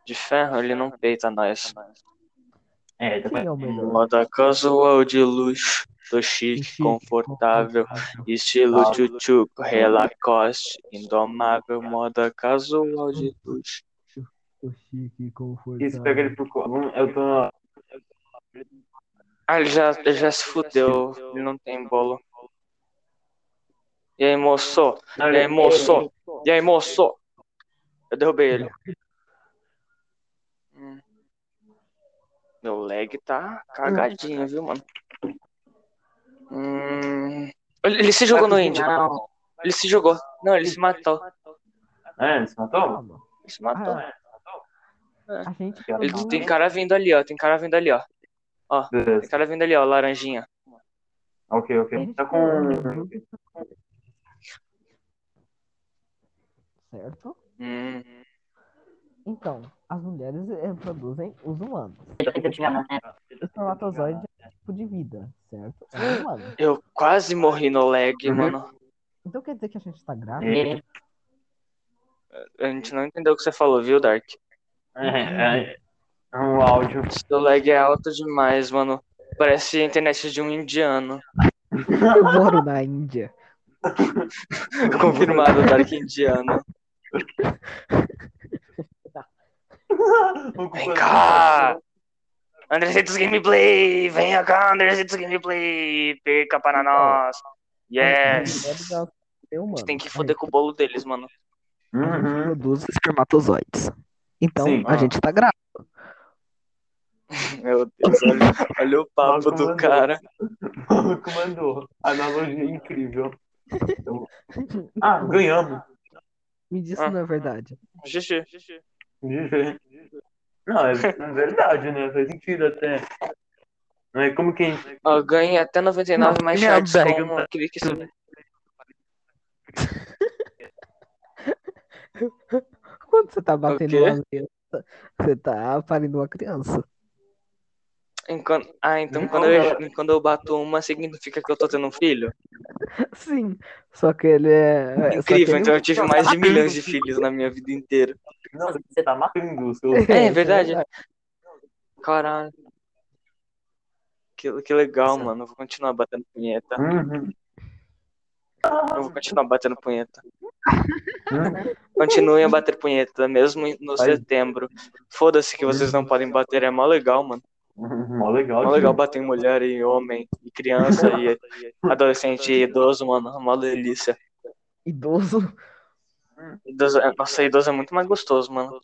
Speaker 2: de ferro, ele não peita nós.
Speaker 4: É, tá
Speaker 1: Quem é o melhor?
Speaker 2: Moda casual de luxo, tô
Speaker 1: Que
Speaker 2: chique,
Speaker 1: chique,
Speaker 2: confortável. Estilo
Speaker 4: Ah.
Speaker 2: tchutchuco, relacoste, indomável, moda casual de luxo.
Speaker 1: Tô chique, confortável.
Speaker 4: Isso, pega ele por. co- Vamos- Eu tô.
Speaker 2: Ah, ele já, ele já se fudeu, ele não tem bolo. E aí, moço?
Speaker 4: Não,
Speaker 2: E aí, é moço? E aí, moço? Eu derrubei ele. Hum. Meu lag tá cagadinho, viu, mano? Hum. Ele ele se jogou no índio.
Speaker 6: Não,
Speaker 2: Ele se jogou. Não, ele se matou.
Speaker 4: É, você matou?
Speaker 1: Calma.
Speaker 2: Ele se matou. é.
Speaker 1: Ah, A gente
Speaker 2: Ele
Speaker 1: falou-
Speaker 2: tem cara vindo ali, ó. Tem cara vindo ali, ó.
Speaker 4: Beleza.
Speaker 2: Tem cara vindo ali, ó, laranjinha.
Speaker 4: Ok,
Speaker 1: a
Speaker 4: ok.
Speaker 1: gente
Speaker 4: Tá
Speaker 1: falou
Speaker 4: com.
Speaker 1: do jogo. Certo?
Speaker 2: Hum.
Speaker 1: Então, as mulheres eh, produzem os humanos.
Speaker 6: eu tô tirando, né?
Speaker 1: Espermatozoide é um tipo de vida, certo? É um humano.
Speaker 2: Eu quase morri no lag,
Speaker 4: Uhum.
Speaker 2: mano.
Speaker 1: Então quer dizer que a gente tá grávida?
Speaker 4: É,
Speaker 6: Ele
Speaker 2: A gente não entendeu o que você falou, viu, Dark?
Speaker 4: É, é, é um áudio.
Speaker 2: Seu lag é alto demais, mano. Parece a internet de um indiano.
Speaker 1: Eu moro na Índia.
Speaker 2: Confirmado, Dark indiano.
Speaker 5: Vem cá! Andresitos Gameplay! Venha cá, Andresitos Gameplay! Perca para nós!
Speaker 1: As
Speaker 5: Yes!
Speaker 1: mulheres, elas são um
Speaker 2: Tem que
Speaker 1: humanas.
Speaker 2: foder com o bolo deles, mano.
Speaker 1: a gente
Speaker 4: Uhum.
Speaker 1: produz espermatozoides. Então,
Speaker 4: Sim.
Speaker 1: a
Speaker 4: Ah.
Speaker 1: gente tá grávida.
Speaker 2: Meu Deus, olha, olha o papo
Speaker 4: Nossa,
Speaker 2: do
Speaker 4: mandou.
Speaker 2: cara.
Speaker 4: O maluco mandou. Analogia incrível. Eu- Ah, ganhamos.
Speaker 1: Me diz
Speaker 2: Ah.
Speaker 1: se não é verdade.
Speaker 2: Xixi.
Speaker 4: Não, é é verdade, né? Faz sentido até. Não é como que a gente.
Speaker 2: Ó, ganhei até 99 mais
Speaker 1: minha
Speaker 2: shots
Speaker 1: bag-
Speaker 2: com aquele que subiu.
Speaker 1: Quando você tá batendo
Speaker 2: quê?
Speaker 1: uma criança, você tá parindo uma criança.
Speaker 2: Enquanto... Ah, então
Speaker 4: Não,
Speaker 2: quando eu, quando eu bato uma, significa que eu tô tendo um filho?
Speaker 1: Sim. Só que ele é. é, só que
Speaker 2: Incrível,
Speaker 1: ele-
Speaker 2: então eu tive
Speaker 4: Não,
Speaker 2: mais de
Speaker 4: tá
Speaker 2: milhões de
Speaker 4: tendo filho.
Speaker 2: filhos na minha vida inteira.
Speaker 4: Não, você tá matando o seu.
Speaker 1: É,
Speaker 2: É
Speaker 1: isso é
Speaker 2: verdade.
Speaker 1: verdade.
Speaker 2: Caralho. Que, que legal,
Speaker 1: Exato.
Speaker 2: mano. Eu vou continuar batendo punheta.
Speaker 4: Uhum.
Speaker 2: Eu vou continuar batendo punheta.
Speaker 4: Uhum.
Speaker 2: Continuem a bater punheta, mesmo em- no
Speaker 4: Vai.
Speaker 2: setembro. Foda-se que vocês não podem bater, é mó legal, mano. É
Speaker 4: Uhum. Mó legal.
Speaker 2: Mó legal bater em mulher e homem, e criança, e adolescente e idoso, mano. É Mó delícia.
Speaker 1: Idoso.
Speaker 2: Idoso, é- nossa, idoso é muito mais gostoso, mano.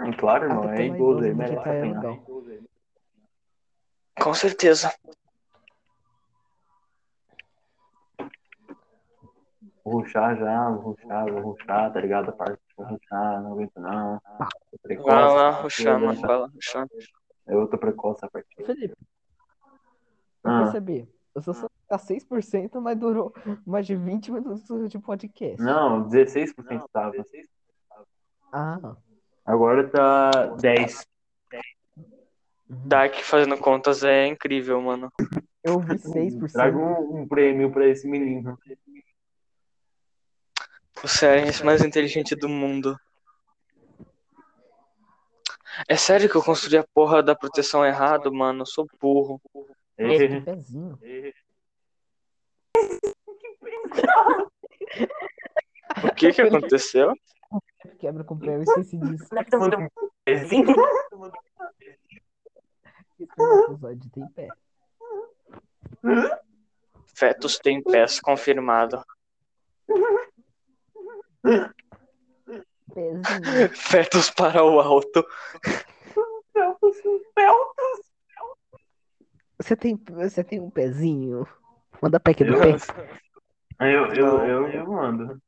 Speaker 4: Hum, Claro, irmão.
Speaker 1: Ah,
Speaker 4: É
Speaker 1: tá
Speaker 4: igual
Speaker 1: idoso,
Speaker 4: merece
Speaker 1: tá
Speaker 4: a pena.
Speaker 1: legal.
Speaker 2: Com certeza.
Speaker 4: Vou ruxar já, vou ruxar, vou ruxar, tá ligado? A parte vou ruxar, não aguento não. Eu precoce,
Speaker 2: Vai lá,
Speaker 4: tá
Speaker 2: Roxana,
Speaker 4: tudo, né?
Speaker 2: vai lá, Roxana.
Speaker 4: Eu tô precoce a partir.
Speaker 1: Felipe, eu
Speaker 4: Ah.
Speaker 1: percebi. Eu só sou tá 6%, mas durou mais de 20 minutos de podcast.
Speaker 4: Ah, Não, 16% tava.
Speaker 1: Ah,
Speaker 4: Agora tá 10.
Speaker 2: Dark fazendo contas é incrível, mano.
Speaker 1: eu vi 6%.
Speaker 4: Traga um, um prêmio pra esse menino.
Speaker 2: Você é a gente mais inteligente do mundo. É sério que eu construí a porra da proteção errado, mano? Eu sou burro.
Speaker 1: Nossa,
Speaker 4: É.
Speaker 1: que pezinho.
Speaker 2: O que que aconteceu?
Speaker 1: Quebra com pé, eu esqueci disso.
Speaker 6: Não é preciso
Speaker 4: Manda
Speaker 6: do
Speaker 4: um pezinho.
Speaker 1: Espermatozoide tem pé.
Speaker 2: Fetos tem pés, confirmado.
Speaker 1: Pezinho.
Speaker 2: Fetos para o alto.
Speaker 1: Você tem, você tem um pezinho? Manda pé aqui do
Speaker 4: Eu?
Speaker 1: pé.
Speaker 4: Eu, eu, eu, eu mando.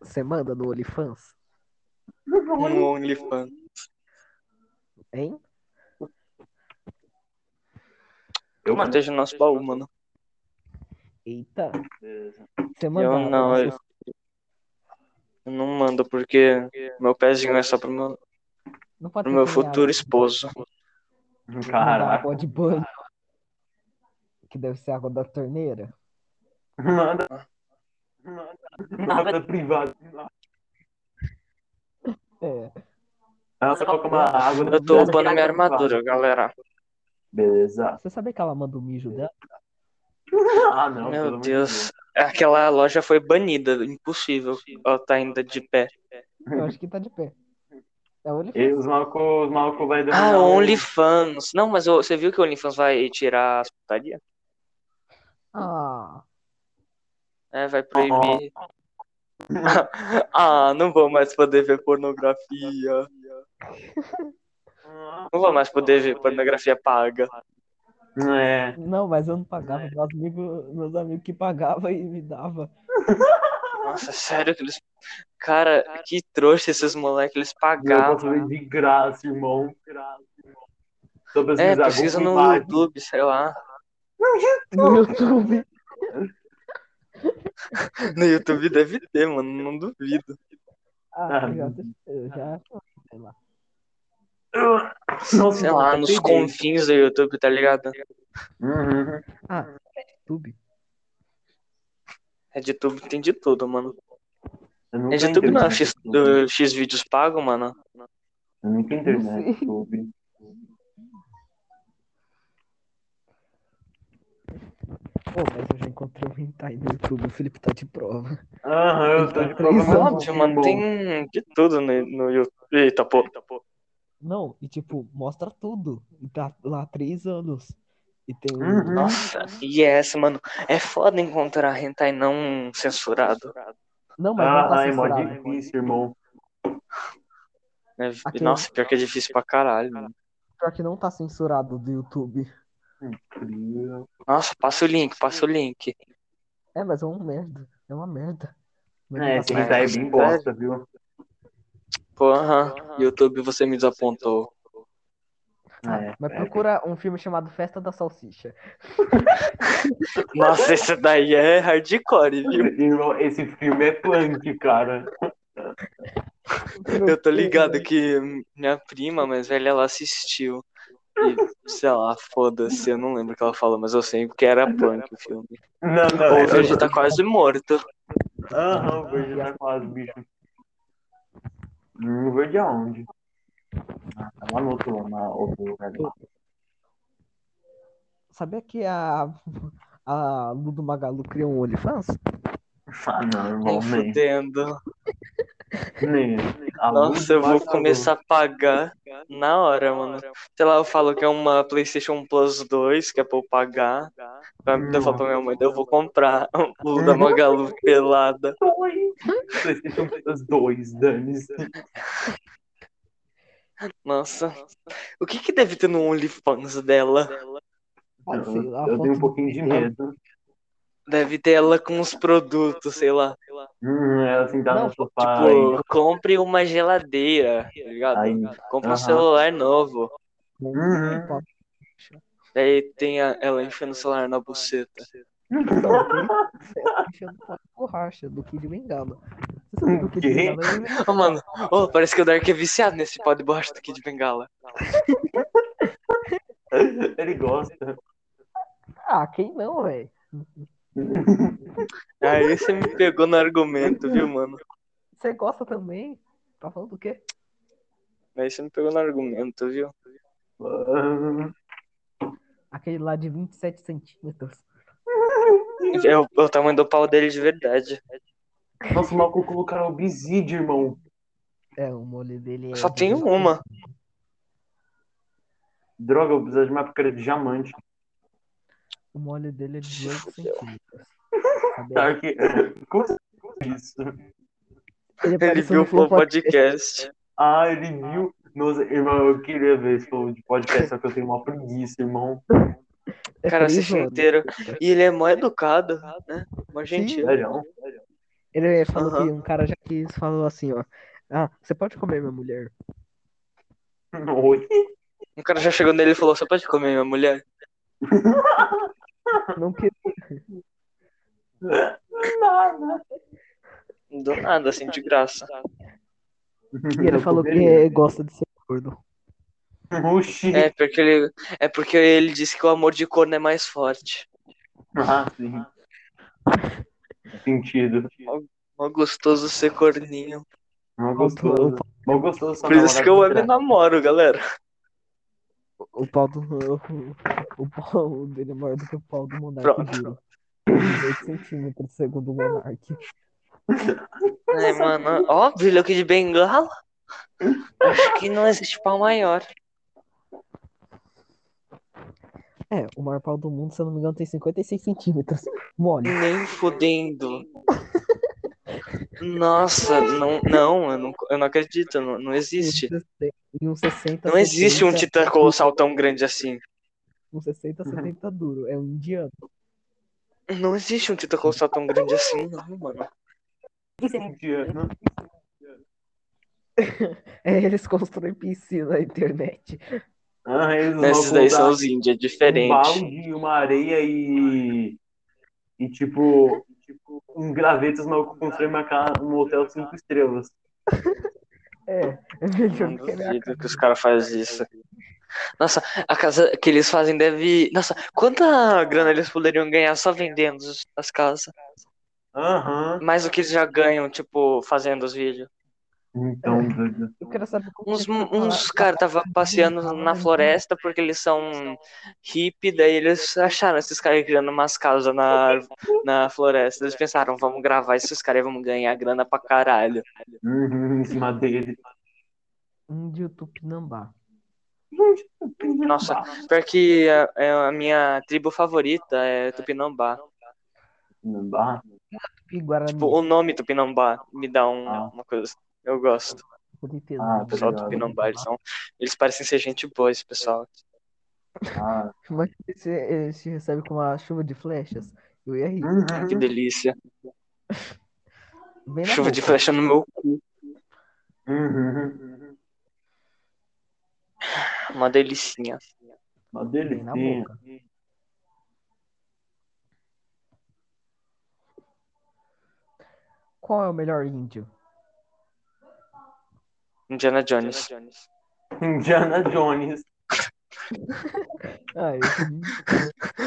Speaker 1: Você manda no OnlyFans?
Speaker 2: Um OnlyFans.
Speaker 1: Hein?
Speaker 4: Eu mando.
Speaker 2: Proteja o nosso baú, mano.
Speaker 1: Eita. Você manda.
Speaker 2: Eu não, eu... eu não mando porque meu pezinho é só pro meu,
Speaker 1: Não pode
Speaker 2: pro
Speaker 1: ter
Speaker 2: meu
Speaker 1: aquele
Speaker 2: futuro
Speaker 1: água-
Speaker 2: esposo.
Speaker 1: mandar
Speaker 4: Caraca.
Speaker 1: água de banho. Que deve ser água da torneira.
Speaker 4: Manda. Manda. Nada privado.
Speaker 1: É.
Speaker 4: Ela só coloca uma água no
Speaker 2: Eu tô upando minha armadura, galera.
Speaker 4: Beleza.
Speaker 1: Você sabe que ela manda o mijo dela?
Speaker 4: Ah, não. pelo
Speaker 2: Meu
Speaker 4: amor de
Speaker 2: Deus. Aquela loja foi banida, impossível. Ela tá ainda de pé.
Speaker 1: Eu acho que tá de pé. É o OnlyFans.
Speaker 4: E os malucos os malucos vai dominar
Speaker 2: Ah,
Speaker 4: o-
Speaker 2: OnlyFans. Não, mas ô, você viu que o OnlyFans vai tirar as putaria?
Speaker 1: Ah.
Speaker 2: É, vai proibir. ah, não vou mais poder ver pornografia. Não vou mais poder ver pornografia paga.
Speaker 4: É.
Speaker 1: Não, mas eu não pagava. Meus amigos, meus amigos que pagavam e me dava.
Speaker 2: Nossa, sério que eles. Cara, que trouxa esses moleques, eles
Speaker 4: Eu posso
Speaker 2: pagavam.
Speaker 4: ver de graça, irmão. De graça, irmão. Só
Speaker 2: É,
Speaker 4: pesquisar
Speaker 2: pesquisa
Speaker 4: Google
Speaker 2: no
Speaker 4: Imagens.
Speaker 2: YouTube, sei lá.
Speaker 1: No YouTube.
Speaker 2: No YouTube deve ter, mano, não duvido.
Speaker 1: Ah,
Speaker 4: Ah.
Speaker 1: eu já, eu já. Sei lá.
Speaker 4: Nossa,
Speaker 2: Sei lá, nos
Speaker 4: convites.
Speaker 2: confins do YouTube, tá ligado?
Speaker 4: Uhum.
Speaker 1: YouTube.
Speaker 2: RedTube tem É de tudo, mano.
Speaker 4: Eu nunca
Speaker 2: RedTube não é
Speaker 4: entrei
Speaker 2: X,
Speaker 4: no YouTube.
Speaker 2: uh, X vídeos pago, mano.
Speaker 4: Eu nunca entrei no
Speaker 1: Não sei.
Speaker 4: YouTube.
Speaker 1: Pô, mas eu já encontrei o hentai no YouTube. O Felipe tá de prova.
Speaker 4: Aham, eu tô
Speaker 1: Três
Speaker 4: de prova.
Speaker 1: anos.
Speaker 2: Então, é Óbvio, mano, tem de tudo no, no YouTube. Eita, pô.
Speaker 1: Não, e tipo, mostra tudo. E tá lá há três anos. E tem um.
Speaker 4: Uhum.
Speaker 2: É Nossa, e essa, mano. É foda encontrar hentai não censurado.
Speaker 1: Não, mas não
Speaker 4: Ah,
Speaker 1: tá
Speaker 4: é mó
Speaker 1: censurado.
Speaker 4: difícil, irmão.
Speaker 2: né?
Speaker 1: Aqui.
Speaker 2: Nossa, pior que é difícil pra caralho. mano.
Speaker 1: Pior que não tá censurado do YouTube.
Speaker 4: Incrível.
Speaker 2: Nossa, passa o link, passa o link.
Speaker 1: É, mas é uma merda. É uma merda. Mas não tá
Speaker 4: É, esse
Speaker 1: censurado.
Speaker 4: hentai é bem bosta, viu?
Speaker 2: Porra, YouTube, você me desapontou. Ah,
Speaker 4: É.
Speaker 1: Mas procura um filme chamado Festa da Salsicha.
Speaker 2: Nossa, esse daí é hardcore, viu?
Speaker 4: Irmão, esse filme é punk, cara.
Speaker 2: Eu tô ligado que minha prima mais velha, ela assistiu. E, sei lá, foda-se, eu não lembro o que ela falou, mas eu sei que era punk o filme.
Speaker 4: Não, não.
Speaker 2: Ou
Speaker 4: é-
Speaker 2: o Virgem tá quase morto.
Speaker 4: Aham, o verde tá quase, bicho. Hum, o verde aonde? Ah, tá lá no outro, na outro lugar. lá.
Speaker 1: Sabia que a, a Ludo Magalu criou um OnlyFans?
Speaker 4: Ah, não, irmão,
Speaker 2: Nem
Speaker 4: nem.
Speaker 2: fudendo.
Speaker 4: nem. A luz
Speaker 2: Nossa, eu vou
Speaker 4: mata a
Speaker 2: começar a pagar na hora, mano. Sei lá, eu falo que é uma PlayStation Plus 2, que é pra eu pagar. Pra eu falo pra minha mãe, eu vou comprar o Lu da Magalu pelada.
Speaker 4: luz. PlayStation Plus 2, dane-se.
Speaker 2: Nossa. O que que deve ter no OnlyFans dela?
Speaker 1: Ah, sei lá,
Speaker 4: Eu
Speaker 1: foto
Speaker 4: tenho um
Speaker 1: do-
Speaker 4: pouquinho de medo.
Speaker 2: Deve ter ela com os produtos, sei lá.
Speaker 4: Hum, ela sentada
Speaker 1: Não,
Speaker 4: no sofá.
Speaker 2: Tipo, compre uma geladeira, tá ligado?
Speaker 4: Aí.
Speaker 2: Compre um
Speaker 4: Aham.
Speaker 2: celular novo.
Speaker 1: um
Speaker 4: Uhum.
Speaker 1: Foto-
Speaker 2: Daí tem a- ela enfiando o celular na buceta.
Speaker 1: tá enfiando foto de borracha do Kid Bengala. Você sabe que o Kid
Speaker 4: Quê?
Speaker 1: Bengala é-
Speaker 2: Ô, mano, ô, parece que o Dark é viciado nesse pó de borracha aqui de bengala.
Speaker 4: Ele gosta.
Speaker 1: Ah, quem não, velho?
Speaker 2: Aí você me pegou no argumento, viu, mano?
Speaker 1: Você gosta também? Tá falando do quê?
Speaker 2: Aí você me pegou no argumento, viu?
Speaker 4: Ah,
Speaker 1: Aquele lá de 27 centímetros.
Speaker 2: É o, é o tamanho do pau dele de verdade.
Speaker 4: Nossa, o maluco colocaram obsidian, irmão.
Speaker 1: É, o molho dele é.
Speaker 2: Só tem uma.
Speaker 4: Droga, eu preciso de uma pícara de diamante.
Speaker 1: O molho dele é de 18
Speaker 2: Fudeu.
Speaker 1: centímetros. Sabe?
Speaker 4: Tá aqui. Como você fez isso?
Speaker 2: Ele
Speaker 1: apareceu
Speaker 2: viu o
Speaker 1: no Flow
Speaker 2: Flow Podcast.
Speaker 4: Ah, ele viu. Nossa, irmão, eu queria ver esse flow de podcast, só que eu tenho uma preguiça, irmão.
Speaker 1: É
Speaker 2: Cara,
Speaker 1: três
Speaker 2: assiste
Speaker 1: horas.
Speaker 2: inteiro. E ele é mó educado, né? Mó gentil.
Speaker 4: Sério.
Speaker 1: Ele falou
Speaker 2: Aham.
Speaker 1: que um cara já quis, falou assim, ó. Ah, você pode comer minha mulher?
Speaker 4: Oi.
Speaker 2: Um cara já chegou nele e falou: Você pode comer minha mulher?
Speaker 1: Não que
Speaker 4: Nada.
Speaker 2: Do nada, assim, de graça.
Speaker 1: E ele falou que é gosta de ser gordo.
Speaker 4: Oxi.
Speaker 2: É porque ele, é porque ele disse que o amor de corno é mais forte.
Speaker 4: Ah, sim. Sentido.
Speaker 2: Mó gostoso ser corninho.
Speaker 4: Mal gostoso. Mal gostoso. só
Speaker 2: Por isso que eu
Speaker 4: namorado
Speaker 2: me namoro, galera.
Speaker 1: O pau do. O, o pau dele é maior do que o pau do Monark.
Speaker 2: Pronto.
Speaker 1: viu? 18 centímetros, segundo o Monark.
Speaker 2: É, mano, ó, brilho aqui de bengala. Acho que não existe pau maior.
Speaker 1: É, o maior pau do mundo, se eu não me engano, tem 56 centímetros. Mole.
Speaker 2: Nem fudendo. Nossa, não, não, eu não, eu não acredito, não, não existe.
Speaker 1: E um 60.
Speaker 2: Não existe um Uhum.
Speaker 1: 70,
Speaker 2: titã colossal tão grande assim.
Speaker 1: Um 60, 70 duro. É um indiano.
Speaker 2: Não existe um titã colossal tão grande assim, não, mano.
Speaker 4: indiano.
Speaker 1: É, eles constroem piscina na internet.
Speaker 4: Ah, eles vão
Speaker 2: Esses daí são
Speaker 4: colocar
Speaker 2: os índios, é
Speaker 4: um
Speaker 2: diferente.
Speaker 4: balde, uma areia e. E tipo. tipo um graveto, os malucos constroem uma ca- um hotel cinco estrelas.
Speaker 1: É, é
Speaker 2: Não
Speaker 1: melhor do que a minha
Speaker 2: duvido que os caras fazem isso. Nossa, a casa que eles fazem deve. Nossa, quanta grana eles poderiam ganhar só vendendo os- as casas?
Speaker 4: Aham.
Speaker 2: Mais do que eles já ganham, tipo, fazendo os vídeos.
Speaker 1: É.
Speaker 4: Então, doido.
Speaker 1: Eu quero saber como
Speaker 2: Uns,
Speaker 1: que eles
Speaker 2: uns
Speaker 1: falaram.
Speaker 2: caras tava passeando na floresta porque eles são hippie, daí eles acharam esses caras criando umas casas na, na floresta. Eles pensaram, vamos gravar esses caras e vamos ganhar grana pra caralho.
Speaker 4: Uhum, em cima dele.
Speaker 1: Índio Tupinambá.
Speaker 2: Nossa, pior que a, é a minha tribo favorita é Tupinambá.
Speaker 4: Não dá.
Speaker 1: Tupi Guarani.
Speaker 2: Tipo, o nome Tupinambá me dá um-
Speaker 4: Ah.
Speaker 2: uma coisa. assim. Eu gosto.
Speaker 1: Tristeza.
Speaker 4: Ah, tá
Speaker 2: Só
Speaker 4: ligado.
Speaker 2: Tupinambá, eles são. Eles parecem ser gente boa, esse pessoal.
Speaker 4: Ah,
Speaker 1: Mas se ele se recebe com uma chuva de flechas, eu ia rir.
Speaker 4: Uhum.
Speaker 2: Que delícia.
Speaker 1: Bem na
Speaker 2: Chuva de
Speaker 1: boca.
Speaker 2: flecha no meu cu.
Speaker 4: uhum.
Speaker 2: Uma delicinha.
Speaker 4: Uma
Speaker 1: Bem na
Speaker 4: delicinha.
Speaker 1: boca. Qual é o melhor índio?
Speaker 2: Indiana Jones.
Speaker 4: Indiana Jones.
Speaker 1: Ah, eu-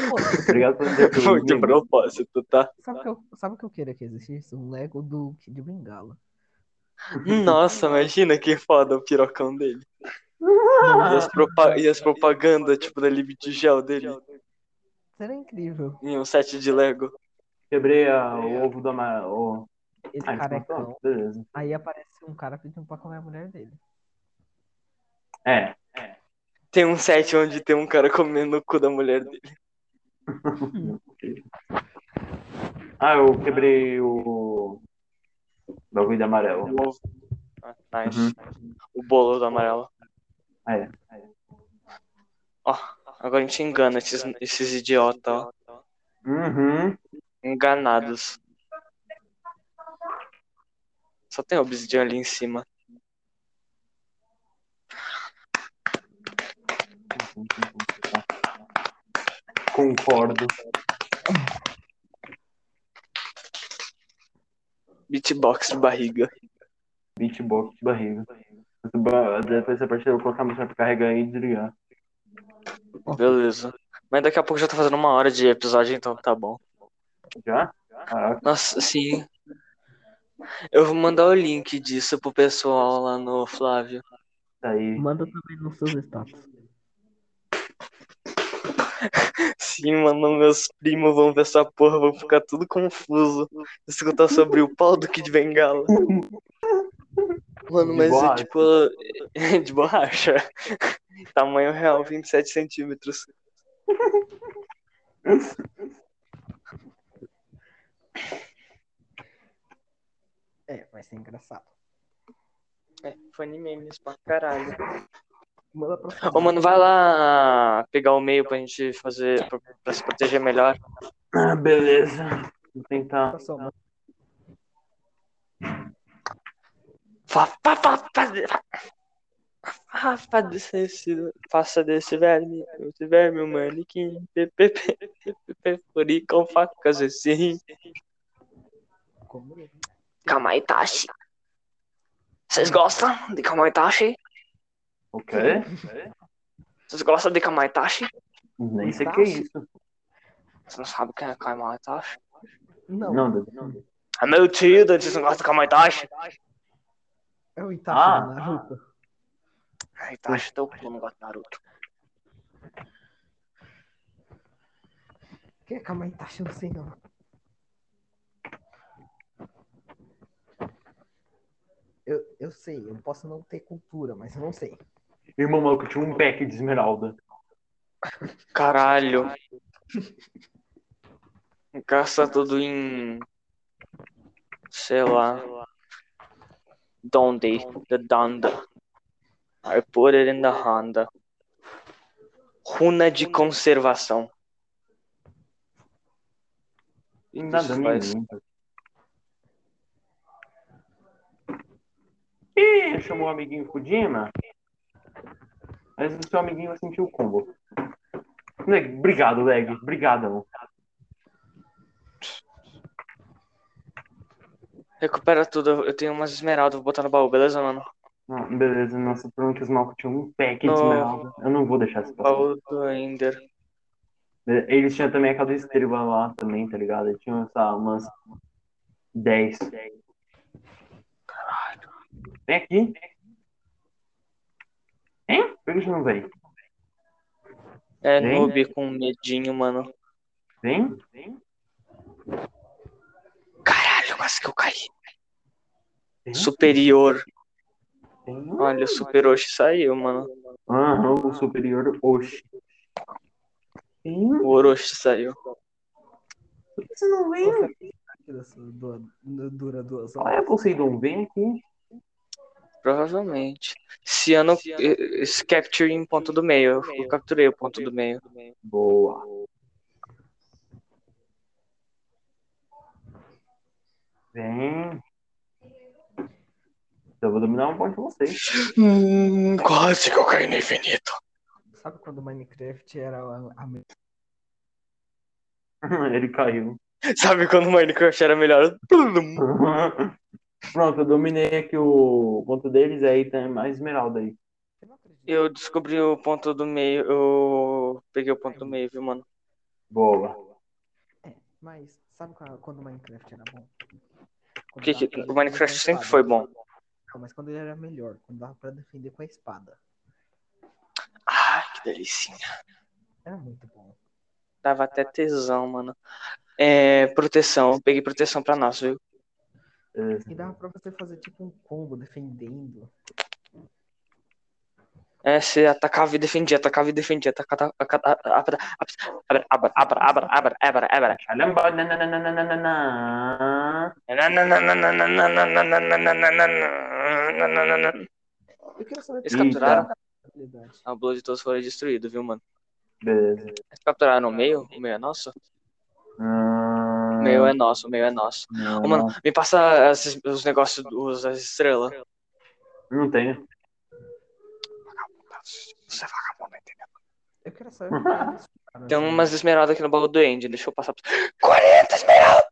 Speaker 1: Pô,
Speaker 4: Obrigado por ter
Speaker 2: Foi de
Speaker 4: perguntado.
Speaker 2: propósito, tá?
Speaker 1: sabe, o que eu, sabe o que eu queria que existisse? Um Lego do Kid Bengala.
Speaker 2: Nossa, imagina que foda o pirocão dele. E as, propa- e as propagandas, tipo, da Libidigel dele.
Speaker 1: Seria incrível.
Speaker 2: Em um set de Lego.
Speaker 4: Quebrei a- o ovo do amarelo.
Speaker 1: Ele
Speaker 4: Ah,
Speaker 1: carecão.
Speaker 4: então, beleza.
Speaker 1: Aí aparece um cara pedindo pra comer a mulher dele.
Speaker 4: É.
Speaker 2: Tem um set onde tem um cara comendo o cu da mulher dele.
Speaker 4: Ah, eu quebrei o. o bagulho de amarelo.
Speaker 2: O ovo. Ah, nice. O bolo do amarelo.
Speaker 4: Ah, é.
Speaker 2: Ó, agora a gente engana esses, esses idiota, ó.
Speaker 4: Uhum.
Speaker 2: Enganados. Só tem obsidian ali em cima.
Speaker 4: Concordo.
Speaker 2: Beatbox de barriga.
Speaker 4: Beatbox de barriga. Esse ba- Depois dessa parte eu vou colocar a máquina pra carregar e desligar.
Speaker 2: Beleza. Mas daqui a pouco já tá fazendo uma hora de episódio, então tá bom.
Speaker 4: Já? Ah, Caraca.
Speaker 2: Nossa, sim. Eu vou mandar o link disso pro pessoal lá no Flávio.
Speaker 4: Tá aí.
Speaker 1: Manda também nos seus status.
Speaker 2: Sim, mano, meus primos vão ver essa porra, vão ficar tudo confuso. Escutar sobre o pau do Kid Bengala. Mano,
Speaker 4: De
Speaker 2: mas é
Speaker 4: borracha.
Speaker 2: tipo. é De borracha. Tamanho real, 27 centímetros.
Speaker 1: É, vai ser engraçado.
Speaker 2: É, funny memes pra caralho.
Speaker 1: Manda pra
Speaker 2: Ô, mano, vai lá pegar o meio pra gente fazer. pra, pra se proteger melhor.
Speaker 4: Ah, beleza. Vou tentar.
Speaker 1: sua mãe.
Speaker 2: Fa- fa- fa- fa- fa- Ah, fa- desse- Faça desse verme, esse verme, um manequim. Pe- pe- pe- pe- pe- Perfure com facas esse rim.
Speaker 1: Como?
Speaker 5: Kamaitachi. Vocês gostam Então, de Kamaitachi?
Speaker 4: O quê?
Speaker 5: Vocês gostam de Kamaitachi?
Speaker 4: Nem sei o que é isso.
Speaker 5: Vocês não sabem quem é Kamaitachi?
Speaker 1: Não,
Speaker 4: Não, deve não.
Speaker 5: É meu tio, Dante, vocês não gostam de Kamaitachi?
Speaker 1: é o
Speaker 4: Ah,
Speaker 1: Itachi do Naruto.
Speaker 5: Kamaitachi, É, teu cu não gosta de Naruto.
Speaker 1: Quem é Kamaitachi? Eu não sei não. Eu, eu sei, eu posso não ter cultura, mas eu não sei.
Speaker 4: Irmão maluco, tinha um pack de esmeralda.
Speaker 2: Caralho. Gasta tudo em. Sei lá. Donde? The Donda. I put it in the Honda. Runa de conservação. O que
Speaker 4: Nada
Speaker 2: isso faz?
Speaker 4: mesmo. Ih, chamou o amiguinho Fudina. Mas o seu amiguinho vai sentir o combo. Leg, obrigado, Leg. Obrigado.
Speaker 2: Recupera tudo. Eu tenho umas esmeraldas, vou botar no baú, beleza, mano?
Speaker 4: Ah, beleza, nossa, pelo que os malucos tinham um pack de
Speaker 2: Não.
Speaker 4: esmeralda. Eu não vou deixar isso passar.
Speaker 2: Baú do Ender.
Speaker 4: Eles tinham também aquela estrela lá também, tá ligado? Eles tinham, sei lá, umas 10. Caralho. Vem aqui. Hein? Por que você não vem?
Speaker 2: É
Speaker 4: Hein?
Speaker 2: noob com medinho, mano.
Speaker 4: Vem? Vem?
Speaker 2: Caralho, quase que eu caí.
Speaker 4: Hein?
Speaker 2: Superior.
Speaker 4: Vem.
Speaker 2: Olha, o Super Osh saiu, mano.
Speaker 4: Aham, o superior Oxi. Sim,
Speaker 2: O Orochi saiu.
Speaker 4: você não vem?
Speaker 1: Essa dura, dura duas
Speaker 4: Ah,
Speaker 1: horas.
Speaker 4: é Poseidon, vem aqui.
Speaker 2: Provavelmente. Se eu não. eh, Esse capture em ponto do meio. Eu eu capturei o ponto do meio.
Speaker 4: Boa. Vem. Eu vou dominar um ponto de vocês.
Speaker 2: Hum, quase que eu caí no infinito.
Speaker 1: Sabe quando o Minecraft era a, a me-
Speaker 4: Ele caiu.
Speaker 2: Sabe quando o Minecraft era melhor?
Speaker 4: Pronto, eu dominei aqui o ponto deles, aí tem mais esmeralda aí.
Speaker 1: Eu não acredito.
Speaker 2: Eu descobri o ponto do meio. Eu peguei o ponto do meio, viu, mano?
Speaker 4: Boa.
Speaker 1: É, Mas sabe qua- quando o Minecraft era bom? Quando
Speaker 2: Que-
Speaker 1: dava
Speaker 2: que-
Speaker 1: pra
Speaker 2: o
Speaker 1: defender
Speaker 2: Minecraft
Speaker 1: com a
Speaker 2: sempre
Speaker 1: espada.
Speaker 2: foi bom.
Speaker 1: Não, mas quando ele era melhor, quando dava pra defender com a espada.
Speaker 2: Ai, que delícia.
Speaker 1: Era muito bom.
Speaker 2: Dava até tesão, mano. É, proteção. Eu peguei proteção pra nós, viu?
Speaker 4: É,
Speaker 1: E dava pra você fazer tipo um combo defendendo.
Speaker 2: É, você atacava e defendia, atacava e defendia, atacava, atacava, abra, abra, abra, abra, abra, abra, abra, abra.
Speaker 4: Xalamba, nananana.
Speaker 1: Eu queria saber
Speaker 2: Eles
Speaker 4: Eita.
Speaker 2: capturaram?
Speaker 1: a habilidade.
Speaker 2: Ah, o Blood de todos foi destruído, viu, mano?
Speaker 4: Beleza.
Speaker 2: Eles capturaram o meio? O meio é nosso?
Speaker 4: Ah,
Speaker 2: O meio é nosso, o meio é nosso.
Speaker 4: não,
Speaker 3: Ah.
Speaker 2: Ô, mano, me passa esses- os negócios, os, as estrelas.
Speaker 4: não tenho.
Speaker 2: Você é vagabundo, entendeu?
Speaker 1: Eu quero saber como eles ficaram.
Speaker 2: Tem
Speaker 1: assim.
Speaker 2: umas esmeraldas aqui no baú do End, deixa eu passar pra 40 esmeraldas!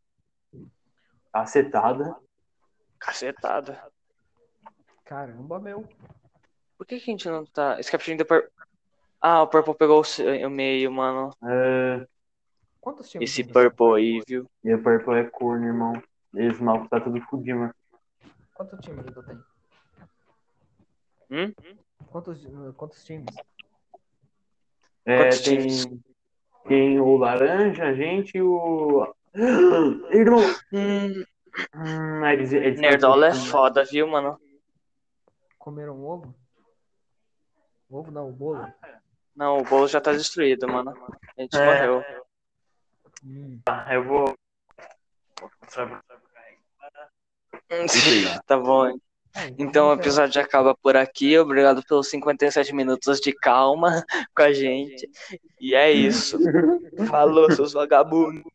Speaker 4: Acetada.
Speaker 2: Cacetada.
Speaker 1: Caramba, meu.
Speaker 2: Por que que a gente não tá... Esse capturinho do Purple... Ah, o Purple pegou o se- o meio, mano.
Speaker 4: É,
Speaker 1: Quantos times
Speaker 2: Esse
Speaker 1: tem você?
Speaker 2: Purple aí, viu?
Speaker 4: e o Purple é corno, irmão. Esse maluco tá tudo fudido, mano.
Speaker 1: Quanto time ainda tem?
Speaker 2: Hum?
Speaker 1: Quantos, quantos times?
Speaker 4: É,
Speaker 2: Quantos
Speaker 4: tem,
Speaker 2: times?
Speaker 4: tem o laranja, a gente e o. Irmão!
Speaker 2: Hum,
Speaker 4: Hum, eles, eles
Speaker 2: Nerdola é foda, viu, mano?
Speaker 1: Comeram ovo? Ovo não, o bolo?
Speaker 2: Não, o bolo já tá destruído, mano. A gente
Speaker 4: É.
Speaker 2: morreu.
Speaker 1: Hum.
Speaker 4: Eu vou. Sabe-
Speaker 2: Hum,
Speaker 3: Isso aí.
Speaker 2: Tá bom.
Speaker 1: Ah, então
Speaker 2: Então o
Speaker 1: vamos encerrar.
Speaker 2: episódio acaba por aqui. Obrigado pelos 57 minutos de calma com a gente. E é isso. Falou, seus vagabundos.